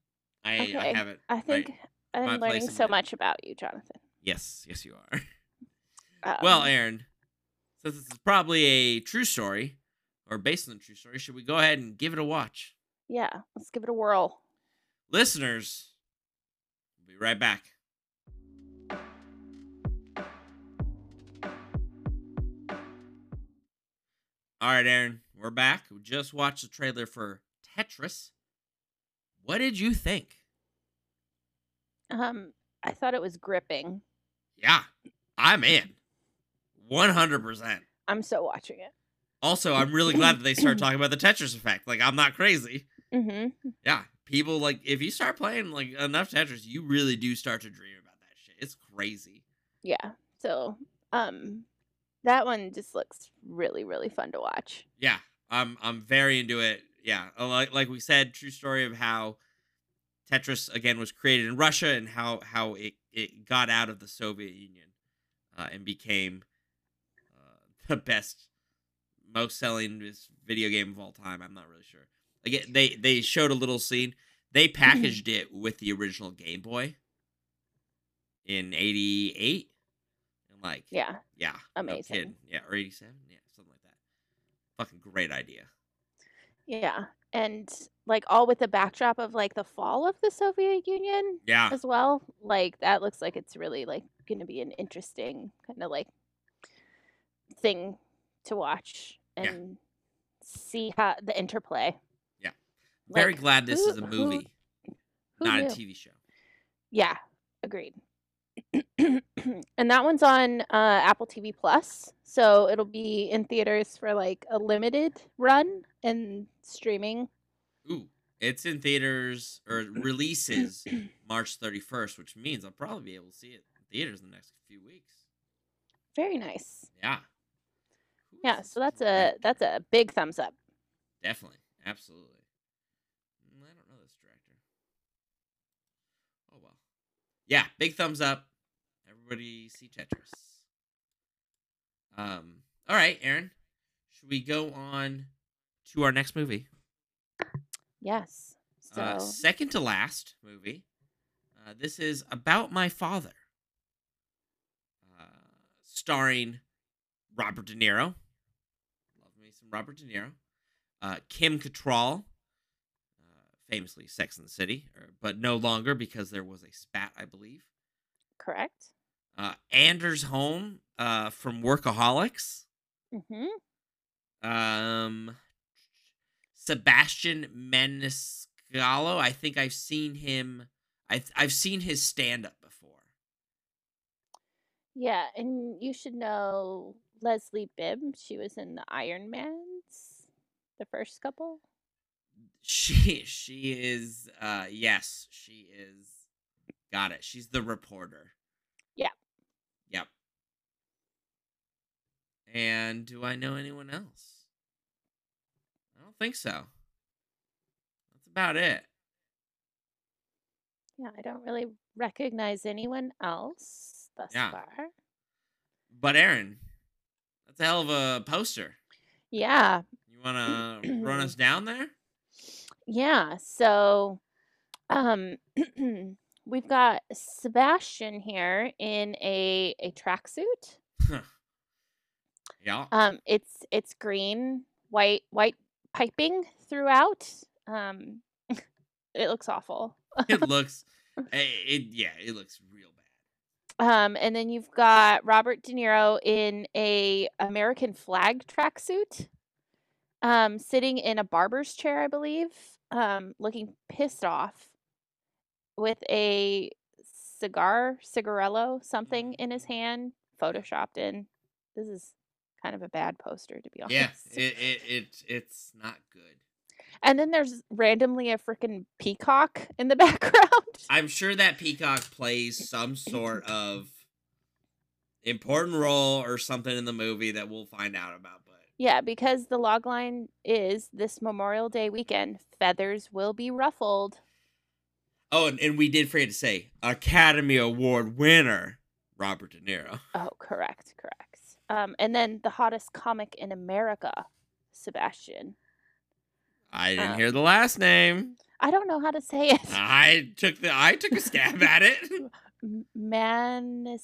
Speaker 1: I, I
Speaker 2: Okay,
Speaker 1: have it.
Speaker 2: I
Speaker 1: right-
Speaker 2: think I'm
Speaker 1: Might play
Speaker 2: learning
Speaker 1: some
Speaker 2: so
Speaker 1: of it.
Speaker 2: much about you, Jonathan.
Speaker 1: Yes, yes, you are. well,
Speaker 2: Um,
Speaker 1: Aaron, since this is probably a true story or based on the true story, should we go ahead and give it a watch?
Speaker 2: Yeah, let's give it a whirl.
Speaker 1: Listeners, we'll be right back. All right, Aaron, we're back. We just watched the trailer for Tetris. What did you think?
Speaker 2: Um, I thought it was gripping.
Speaker 1: Yeah, I'm in. 100%.
Speaker 2: I'm still watching it.
Speaker 1: Also, I'm really glad that they started talking about the Tetris effect. Like, I'm not crazy.
Speaker 2: Mm-hmm.
Speaker 1: Yeah, people, like, if you start playing, like, enough Tetris, you really do start to dream about that shit. It's crazy.
Speaker 2: Yeah. So, um, that one just looks really, really fun to watch.
Speaker 1: Yeah, I'm, I'm very into it. Yeah, uh, like, like we said, true story of how Tetris, again, was created in Russia and how, how it, it got out of the Soviet Union uh, and became uh, the best, most selling vis- video game of all time. I'm not really sure. Again, they they showed a little scene. They packaged it with the original Game Boy in '88, and like
Speaker 2: Yeah.
Speaker 1: yeah, no
Speaker 2: Amazing.
Speaker 1: kidding. yeah, or '87, yeah, something like that. Fucking great idea.
Speaker 2: Yeah. And like all with the backdrop of like the fall of the Soviet Union
Speaker 1: Yeah,
Speaker 2: as well. Like that looks like it's really like going to be an interesting kind of like thing to watch
Speaker 1: Yeah.
Speaker 2: and see how the interplay.
Speaker 1: Yeah. very
Speaker 2: Very like,
Speaker 1: glad this
Speaker 2: who-
Speaker 1: is a
Speaker 2: who-
Speaker 1: movie,
Speaker 2: who
Speaker 1: not a
Speaker 2: knew?
Speaker 1: TV show.
Speaker 2: Yeah, agreed. and that one's on uh, Apple TV Plus, so it'll be in theaters for like a limited run and streaming.
Speaker 1: Ooh, it's in theaters or it releases March 31st, which means I'll probably be able to see it in theaters in the next few weeks.
Speaker 2: Very nice.
Speaker 1: Yeah. Who is
Speaker 2: Yeah,
Speaker 1: this
Speaker 2: so that's a
Speaker 1: director?
Speaker 2: that's a big thumbs up.
Speaker 1: Definitely. Absolutely. Mm, I don't know this director. Oh well. Yeah, big thumbs up. Everybody see Tetris. Um all right, Aaron. Should we go on to our next movie?
Speaker 2: Yes. So
Speaker 1: Uh, second to last movie. Uh, this is About My Father. Uh, starring Robert De Niro. Love me some Robert De Niro. Uh, Kim Cattrall, uh, famously Sex in the City, or, but no longer because there was a spat, I believe.
Speaker 2: correct.
Speaker 1: Uh, Anders Holm uh, from Workaholics.
Speaker 2: Mm-hmm.
Speaker 1: Um, Sebastian Maniscalco. I think I've seen him. I I've seen his stand up before.
Speaker 2: Yeah, and you should know Leslie Bibb. She was in the Iron Man's, the first couple.
Speaker 1: She she is. Uh, yes, she is. Got it. She's the reporter.
Speaker 2: Yeah.
Speaker 1: Yep. And do I know anyone else? I don't think so. That's about it.
Speaker 2: Yeah, I don't really recognize anyone else thus
Speaker 1: Yeah.
Speaker 2: far.
Speaker 1: But Aaron, that's a hell of a poster.
Speaker 2: Yeah,
Speaker 1: You want to run us down there?
Speaker 2: Yeah, so um we've got Sebastian here in a a tracksuit.
Speaker 1: yeah.
Speaker 2: Um it's it's green, white white piping throughout. Um it looks awful.
Speaker 1: it looks it, it yeah, it looks real bad.
Speaker 2: Um and then you've got Robert De Niro in a American flag tracksuit. Um sitting in a barber's chair, I believe. Um looking pissed off with a cigar, cigarello, something
Speaker 1: Mm-hmm.
Speaker 2: in his hand, photoshopped in. This is kind of a bad poster to be honest.
Speaker 1: Yeah, it, it it it's not good.
Speaker 2: And then there's randomly a freaking peacock in the background.
Speaker 1: I'm sure that Peacock plays some sort of important role or something in the movie that we'll find out about, but
Speaker 2: Yeah, because the log line is this Memorial Day weekend, feathers will be ruffled.
Speaker 1: Oh, and, and we did forget to say Academy Award winner Robert De Niro.
Speaker 2: Oh, correct, correct. Um, and then the hottest comic in America, Sebastian.
Speaker 1: I didn't
Speaker 2: Um,
Speaker 1: hear the last name.
Speaker 2: I don't know how to say it.
Speaker 1: I took the I took a stab at it. Mm.
Speaker 2: M-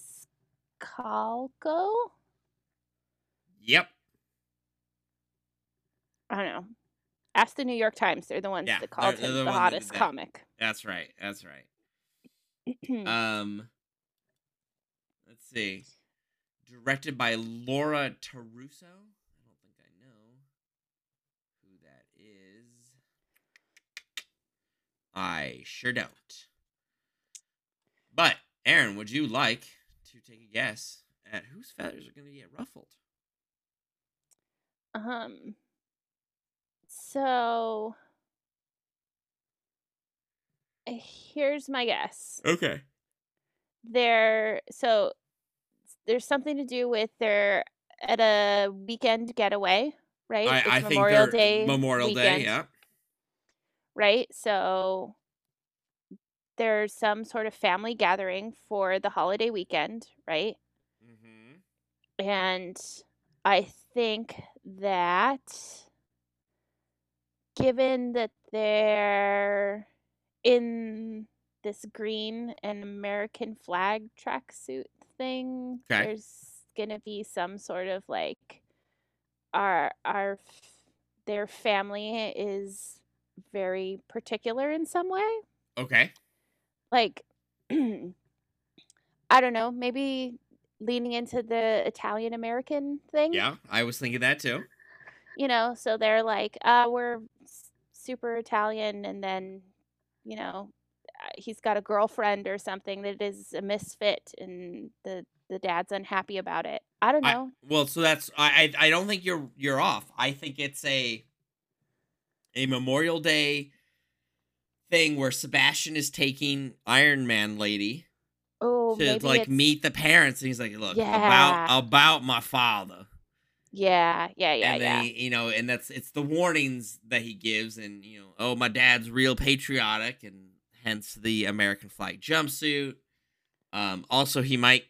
Speaker 2: Maniscalco?
Speaker 1: Yep.
Speaker 2: I don't know. Ask the New York Times. They're the ones
Speaker 1: Yeah,
Speaker 2: that
Speaker 1: they're-
Speaker 2: called
Speaker 1: they're
Speaker 2: him
Speaker 1: the
Speaker 2: the,
Speaker 1: ones that did
Speaker 2: hottest
Speaker 1: that.
Speaker 2: comic.
Speaker 1: That's right. That's right. Um, let's see. Directed by Laura Taruso. I don't think I know who that is. I sure don't. But Aaron, would you like to take a guess at whose feathers are going to get ruffled?
Speaker 2: um. So uh, here's my guess.
Speaker 1: Okay.
Speaker 2: They're so s- there's something to do with their at a weekend getaway, right?
Speaker 1: I,
Speaker 2: It's
Speaker 1: I think
Speaker 2: Memorial
Speaker 1: they're-
Speaker 2: Day.
Speaker 1: Memorial Day.
Speaker 2: weekend.
Speaker 1: Yeah.
Speaker 2: right? So there's some sort of family gathering for the holiday weekend, right?
Speaker 1: Mm-hmm.
Speaker 2: And I think that given that they're in this green and American flag tracksuit thing,
Speaker 1: Okay.
Speaker 2: there's gonna be some sort of like our our f- their family is very particular in some way
Speaker 1: Okay.
Speaker 2: like I don't know, maybe leaning into the Italian American thing.
Speaker 1: Yeah, I was thinking that too.
Speaker 2: You know, so they're like, uh, we're s- super Italian and then, you know, uh, he's got a girlfriend or something that is a misfit and the the dad's unhappy about it. I don't
Speaker 1: I-
Speaker 2: know.
Speaker 1: Well, so that's I I, I don't think you're you're off. I think it's a a Memorial Day thing where Sebastian is taking Iron Man lady
Speaker 2: oh,
Speaker 1: to
Speaker 2: maybe
Speaker 1: like
Speaker 2: it's-
Speaker 1: meet the parents and he's like, "Look,
Speaker 2: Yeah.
Speaker 1: about about my father."
Speaker 2: Yeah, yeah, yeah,
Speaker 1: and
Speaker 2: yeah.
Speaker 1: they, you know, and that's it's the warnings that he gives and you know, "Oh, my dad's real patriotic and hence the American flag jumpsuit." Um also he might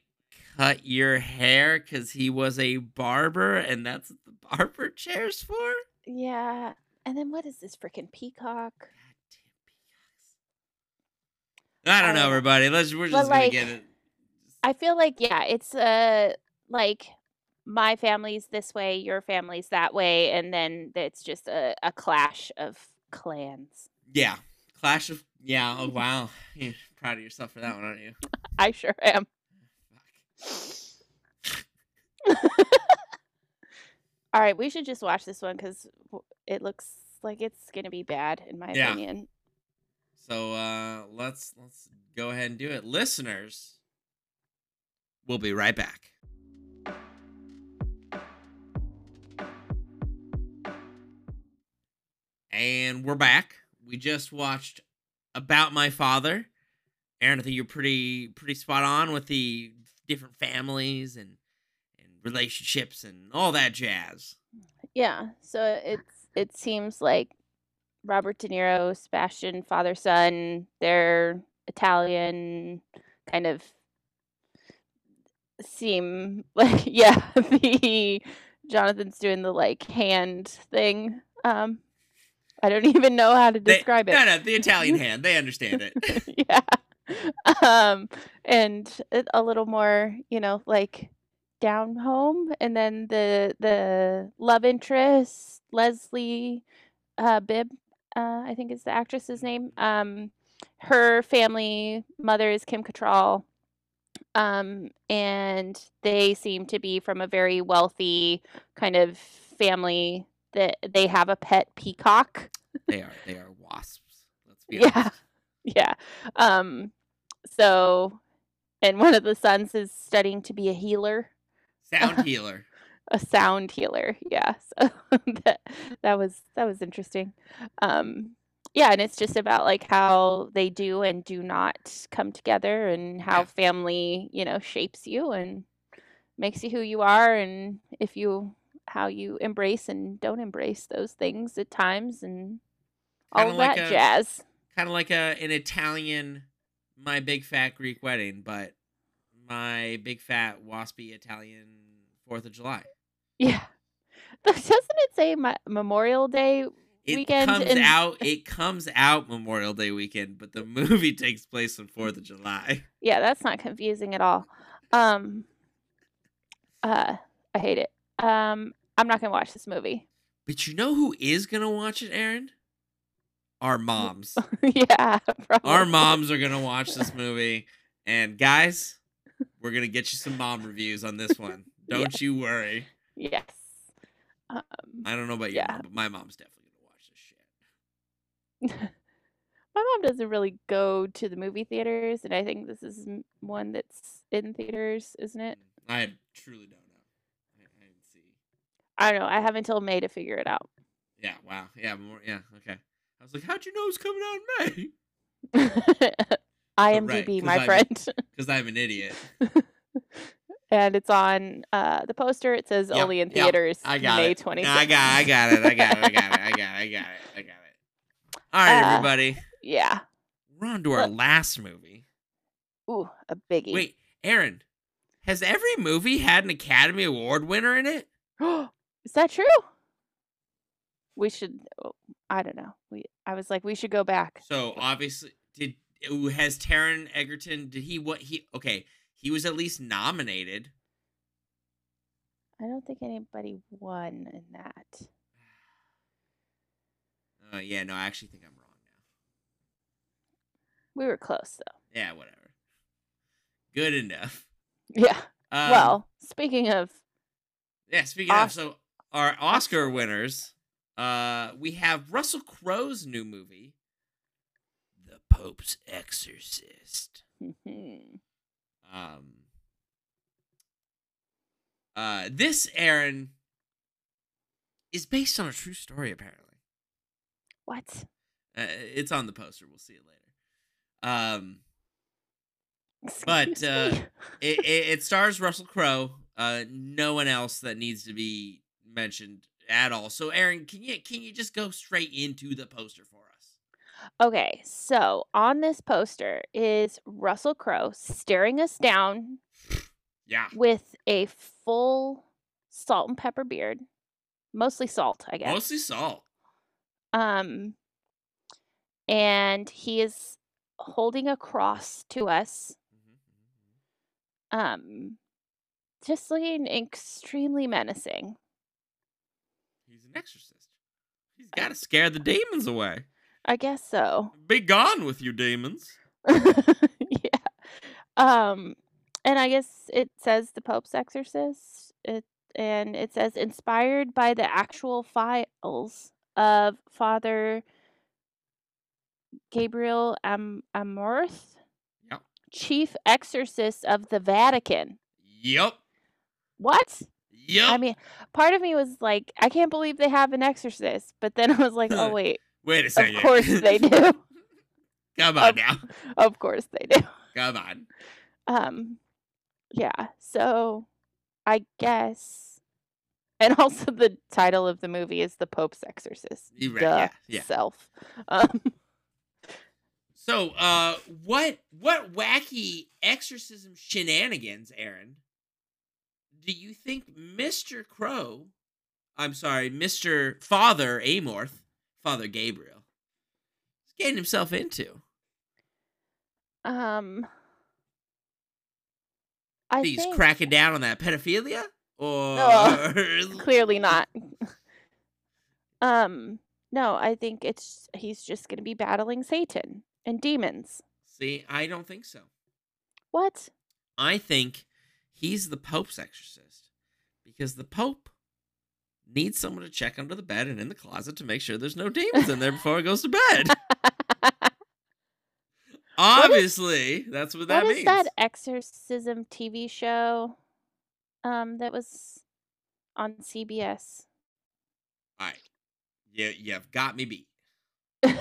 Speaker 1: cut your hair cuz he was a barber and that's what the barber chairs for.
Speaker 2: Yeah. And then what is this freaking peacock?
Speaker 1: Goddamn peacocks. I don't know,
Speaker 2: Uh,
Speaker 1: everybody. Let's we're
Speaker 2: but,
Speaker 1: just
Speaker 2: like,
Speaker 1: gonna get it.
Speaker 2: I feel like yeah, it's uh like my family's this way, your family's that way, and then it's just a, a clash of clans.
Speaker 1: Yeah, Clash of yeah. Oh wow, you're proud of yourself for that one, aren't you?
Speaker 2: I sure am.
Speaker 1: Fuck.
Speaker 2: All right, we should just watch this one because it looks like it's gonna be bad in my
Speaker 1: Yeah.
Speaker 2: opinion.
Speaker 1: So uh, let's let's go ahead and do it, listeners. We'll be right back. And we're back. We just watched About My Father. Aaron, I think you're pretty pretty spot on with the different families and and relationships and all that jazz.
Speaker 2: Yeah, so it's it seems like Robert De Niro, Sebastian, father son, they're Italian, kind of seem like yeah the Jonathan's doing the like hand thing. Um, I don't even know how to
Speaker 1: They-
Speaker 2: describe
Speaker 1: No,
Speaker 2: it.
Speaker 1: no, the Italian hand. They understand it.
Speaker 2: yeah, um, and it- a little more, you know, like down home, and then the the love interest Leslie uh, Bibb, uh, I think is the actress's name. Um, her family mother is Kim Cattrall, um, and they seem to be from a very wealthy kind of family that they have a pet peacock.
Speaker 1: they are they are wasps. Let's be
Speaker 2: Yeah.
Speaker 1: honest.
Speaker 2: Yeah. Um, so, and one of the sons is studying to be a healer,
Speaker 1: Sound healer.
Speaker 2: a sound healer. Yeah. So that that was that was interesting. Um, yeah, and it's just about like how they do and do not come together, and how
Speaker 1: Yeah.
Speaker 2: family, you know, shapes you and makes you who you are, and if you how you embrace and don't embrace those things at times, and all
Speaker 1: Kinda
Speaker 2: of
Speaker 1: like
Speaker 2: that
Speaker 1: a-
Speaker 2: jazz.
Speaker 1: Kind of like a an Italian my big fat Greek wedding, but my big fat waspy Italian Fourth of July.
Speaker 2: Yeah. Doesn't it say my, Memorial Day?
Speaker 1: It
Speaker 2: Weekend
Speaker 1: comes
Speaker 2: in-
Speaker 1: out it comes out Memorial Day weekend, but the movie takes place on Fourth of July.
Speaker 2: Yeah, that's not confusing at all. Um, uh, I hate it. Um, I'm not gonna watch this movie.
Speaker 1: But you know who is gonna watch it, Aaron? Our moms.
Speaker 2: yeah. Probably.
Speaker 1: Our moms are gonna watch this movie. And guys, we're gonna get you some mom reviews on this one. Don't you worry.
Speaker 2: Yes. Um,
Speaker 1: I don't know about your
Speaker 2: Yeah.
Speaker 1: mom, but my mom's definitely gonna watch this shit.
Speaker 2: my mom doesn't really go to the movie theaters, and I think this is m- one that's in theaters, isn't it?
Speaker 1: I truly don't know. I, I didn't see.
Speaker 2: I don't know. I have until May to figure it out.
Speaker 1: Yeah. Wow. Yeah. More. Yeah. Okay. I was like, how'd you know it's coming out in May?
Speaker 2: IMDb,
Speaker 1: 'cause
Speaker 2: my
Speaker 1: I'm-
Speaker 2: friend.
Speaker 1: Because I'm an idiot.
Speaker 2: and it's on uh, the poster. It says
Speaker 1: Yeah,
Speaker 2: only in
Speaker 1: yeah,
Speaker 2: theaters
Speaker 1: I got
Speaker 2: May
Speaker 1: it.
Speaker 2: twenty.
Speaker 1: No, I got. I got it. I got it. I got it. I got it. I got it. I got it. All right,
Speaker 2: Uh,
Speaker 1: everybody.
Speaker 2: Yeah.
Speaker 1: We're on to our last movie.
Speaker 2: Ooh, a biggie.
Speaker 1: Wait, Aaron. Has every movie had an Academy Award winner in it?
Speaker 2: is that true? We should. oh, I don't know. We. I was like, we should go back.
Speaker 1: So obviously, did ooh, has Taron Egerton? Did he what he? Okay, he was at least nominated.
Speaker 2: I don't think anybody won in that.
Speaker 1: Uh, yeah, no, I actually think I'm wrong now.
Speaker 2: We were close
Speaker 1: Yeah, whatever. Good enough.
Speaker 2: though. Yeah.
Speaker 1: Um,
Speaker 2: well, speaking of,
Speaker 1: yeah. Speaking of,
Speaker 2: Os-
Speaker 1: so our Oscar winners, uh, we have Russell Crowe's new movie, The Pope's Exorcist.
Speaker 2: Mhm.
Speaker 1: Um, uh, this Aaron is based on a true story, apparently.
Speaker 2: what?
Speaker 1: Uh, it's on the poster. We'll see it later. Um, But,
Speaker 2: Excuse
Speaker 1: uh,
Speaker 2: me?
Speaker 1: it, it, it stars Russell Crowe. Uh, no one else that needs to be mentioned at all. So, Aaron, can you can you just go straight into the poster for us?
Speaker 2: Okay, so on this poster is Russell Crowe staring us down
Speaker 1: Yeah,
Speaker 2: with a full salt and pepper beard, mostly salt, I guess.
Speaker 1: mostly salt.
Speaker 2: Um, and he is holding a cross to us,
Speaker 1: Mm-hmm,
Speaker 2: um, just looking extremely menacing.
Speaker 1: He's an exorcist. He's got to scare the demons away.
Speaker 2: I guess so.
Speaker 1: Be gone with you, demons.
Speaker 2: yeah. Um, and I guess it says the Pope's Exorcist. It and it says inspired by the actual files of Father Gabriel Am- Amorth,
Speaker 1: Yep.
Speaker 2: chief exorcist of the Vatican.
Speaker 1: Yup.
Speaker 2: What?
Speaker 1: Yup.
Speaker 2: I mean, part of me was like, I can't believe they have an exorcist, but then I was like, oh wait,
Speaker 1: Wait a
Speaker 2: of
Speaker 1: second.
Speaker 2: course they do.
Speaker 1: Come on
Speaker 2: Of-
Speaker 1: now.
Speaker 2: of course they do.
Speaker 1: Come on.
Speaker 2: um yeah so i guess and also the title of the movie is the pope's exorcist
Speaker 1: You right?
Speaker 2: Duh,
Speaker 1: Yeah. Yeah.
Speaker 2: self um
Speaker 1: So, uh, what what wacky exorcism shenanigans, Aaron? Do you think Mister Crow, I'm sorry, Mister Father Amorth, Father Gabriel, is getting himself into?
Speaker 2: um i
Speaker 1: He's
Speaker 2: think Oh,
Speaker 1: cracking down on that pedophilia, or
Speaker 2: clearly not um no i think it's he's just going to be battling satan and demons
Speaker 1: See, I don't think so.
Speaker 2: what
Speaker 1: I think he's the Pope's exorcist because the Pope needs someone to check under the bed and in the closet to make sure there's no demons in there before he goes to bed. Obviously, that's what that
Speaker 2: what
Speaker 1: means.
Speaker 2: is that exorcism tv show um that was on cbs
Speaker 1: All right. You, you've got me beat.
Speaker 2: um,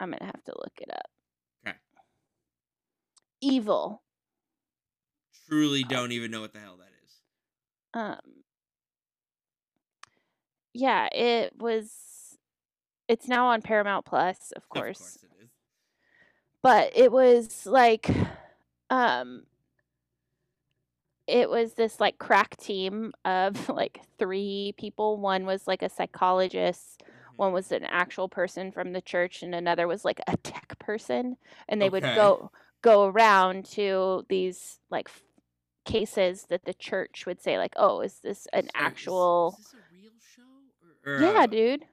Speaker 2: I'm gonna have to look it up.
Speaker 1: 'Kay.
Speaker 2: Evil.
Speaker 1: Truly
Speaker 2: Oh.
Speaker 1: don't even know what the hell that is.
Speaker 2: Um. Yeah, it was. It's now on Paramount Plus, of
Speaker 1: Of
Speaker 2: course.
Speaker 1: course it is.
Speaker 2: but it was like um it was this like crack team of like three people one was like a psychologist
Speaker 1: Mhm.
Speaker 2: one was an actual person from the church and another was like a tech person and they
Speaker 1: Okay.
Speaker 2: would go go around to these like f- cases that the church would say like, "Oh, is this an
Speaker 1: So, is-
Speaker 2: actual
Speaker 1: Is, this a real show? Or, uh, or
Speaker 2: Yeah,
Speaker 1: a-
Speaker 2: dude.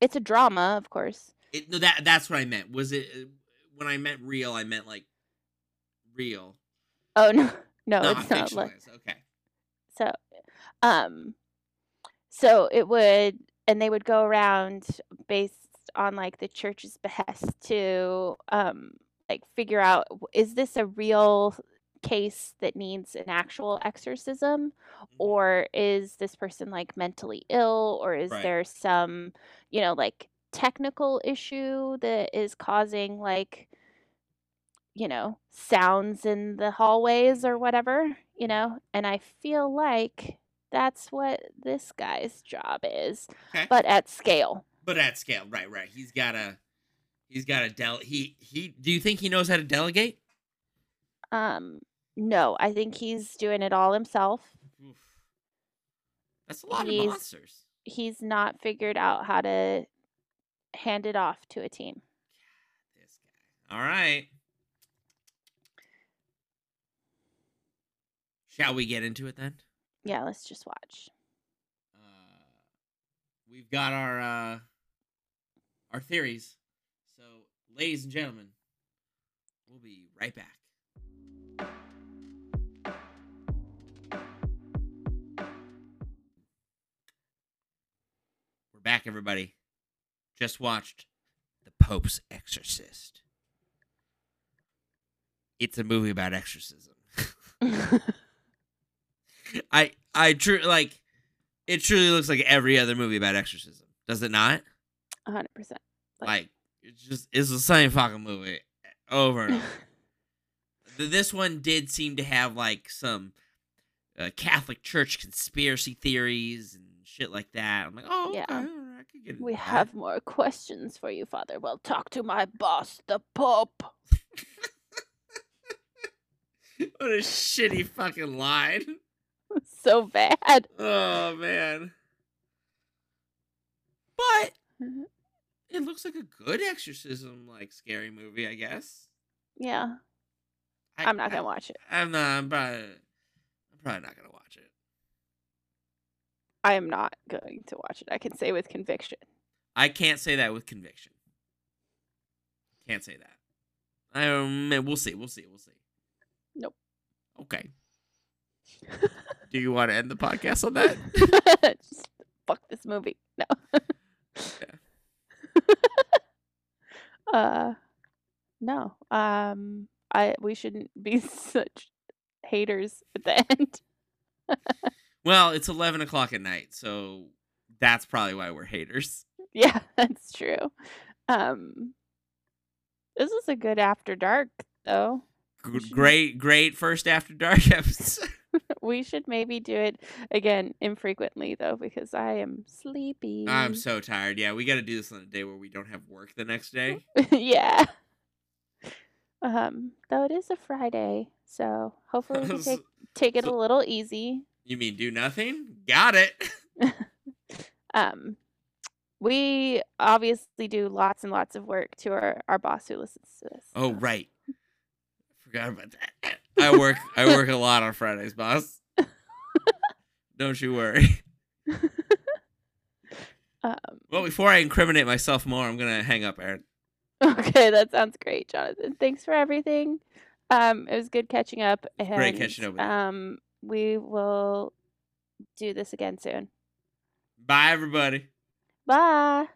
Speaker 2: It's a drama, of course.
Speaker 1: It, no, that that's what I meant. Was it uh, when I meant real? I meant like real.
Speaker 2: Oh no. No,
Speaker 1: not
Speaker 2: it's not like
Speaker 1: fictionalized. Okay.
Speaker 2: so um so it would and they would go around based on like the church's behest to um like figure out w- is this a real case that needs an actual
Speaker 1: Mhm.
Speaker 2: exorcism or is this person like mentally ill or is
Speaker 1: Right.
Speaker 2: there some you know like technical issue that is causing like you know sounds in the hallways or
Speaker 1: Mhm.
Speaker 2: whatever you know and i feel like that's what this guy's job is
Speaker 1: Okay. But,
Speaker 2: but at scale
Speaker 1: at scale, right, right. He's got a he's got a del. He he. Do you think he knows how to delegate?
Speaker 2: um no i think he's doing it all himself
Speaker 1: Oof. That's a lot
Speaker 2: He's-
Speaker 1: of monsters.
Speaker 2: he's not figured out how to hand it off to a team
Speaker 1: This guy. All right. Shall we get into it then?
Speaker 2: yeah let's just watch
Speaker 1: Uh, we've got our uh, our theories. So, ladies and gentlemen, we'll be right back. We're back, everybody. Just watched The Pope's Exorcist. It's a movie about exorcism. I I true like it truly looks like every other movie about exorcism, does it not?
Speaker 2: 100% Like-
Speaker 1: Like it's just it's the same fucking movie over and over. Th- this one did seem to have like some uh, Catholic Church conspiracy theories and shit like that. I'm like, oh
Speaker 2: Yeah.
Speaker 1: okay, all right, I could get into
Speaker 2: We
Speaker 1: that."
Speaker 2: have more questions for you, Father. Well, talk to my boss, the Pope.
Speaker 1: what a shitty fucking line.
Speaker 2: so bad.
Speaker 1: Oh man, but
Speaker 2: Mhm.
Speaker 1: it looks like a good exorcism like scary movie, I guess.
Speaker 2: Yeah,
Speaker 1: I,
Speaker 2: I'm not
Speaker 1: I-
Speaker 2: gonna watch it.
Speaker 1: I'm not. I'm probably. I'm probably not gonna watch it.
Speaker 2: I am not going to watch it. I can say with conviction.
Speaker 1: I can't say that with conviction. Can't say that. I um, we'll see. We'll see. We'll see.
Speaker 2: Nope.
Speaker 1: Okay. Do you want to end the podcast on that?
Speaker 2: Just fuck this movie. No. uh, no. Um, I we shouldn't be such haters at the end.
Speaker 1: Well, it's eleven o'clock at night, so that's probably why we're haters.
Speaker 2: yeah, that's true. Um, this is a good after dark though.
Speaker 1: G-
Speaker 2: We should-
Speaker 1: Great, great first after dark episode.
Speaker 2: We should maybe do it again infrequently though, because I am sleepy.
Speaker 1: I'm so tired. Yeah, we got to do this on a day where we don't have work the next day.
Speaker 2: yeah. Um, though it is a Friday, so hopefully we can Mm-hmm. take take it a
Speaker 1: so-
Speaker 2: little easy.
Speaker 1: you mean do nothing? Got it.
Speaker 2: Um, we obviously do lots and lots of work to our, our boss who listens to this.
Speaker 1: Oh right, forgot about that. I work. I work a lot on Fridays, boss. Don't you worry.
Speaker 2: Um,
Speaker 1: Well, before I incriminate myself more, I'm gonna hang up, Aaron.
Speaker 2: okay, that sounds great, Jonathan. Thanks for everything. Um, it was good catching up. And,
Speaker 1: great catching up with you.
Speaker 2: Um, we will do this again soon.
Speaker 1: Bye, everybody.
Speaker 2: Bye.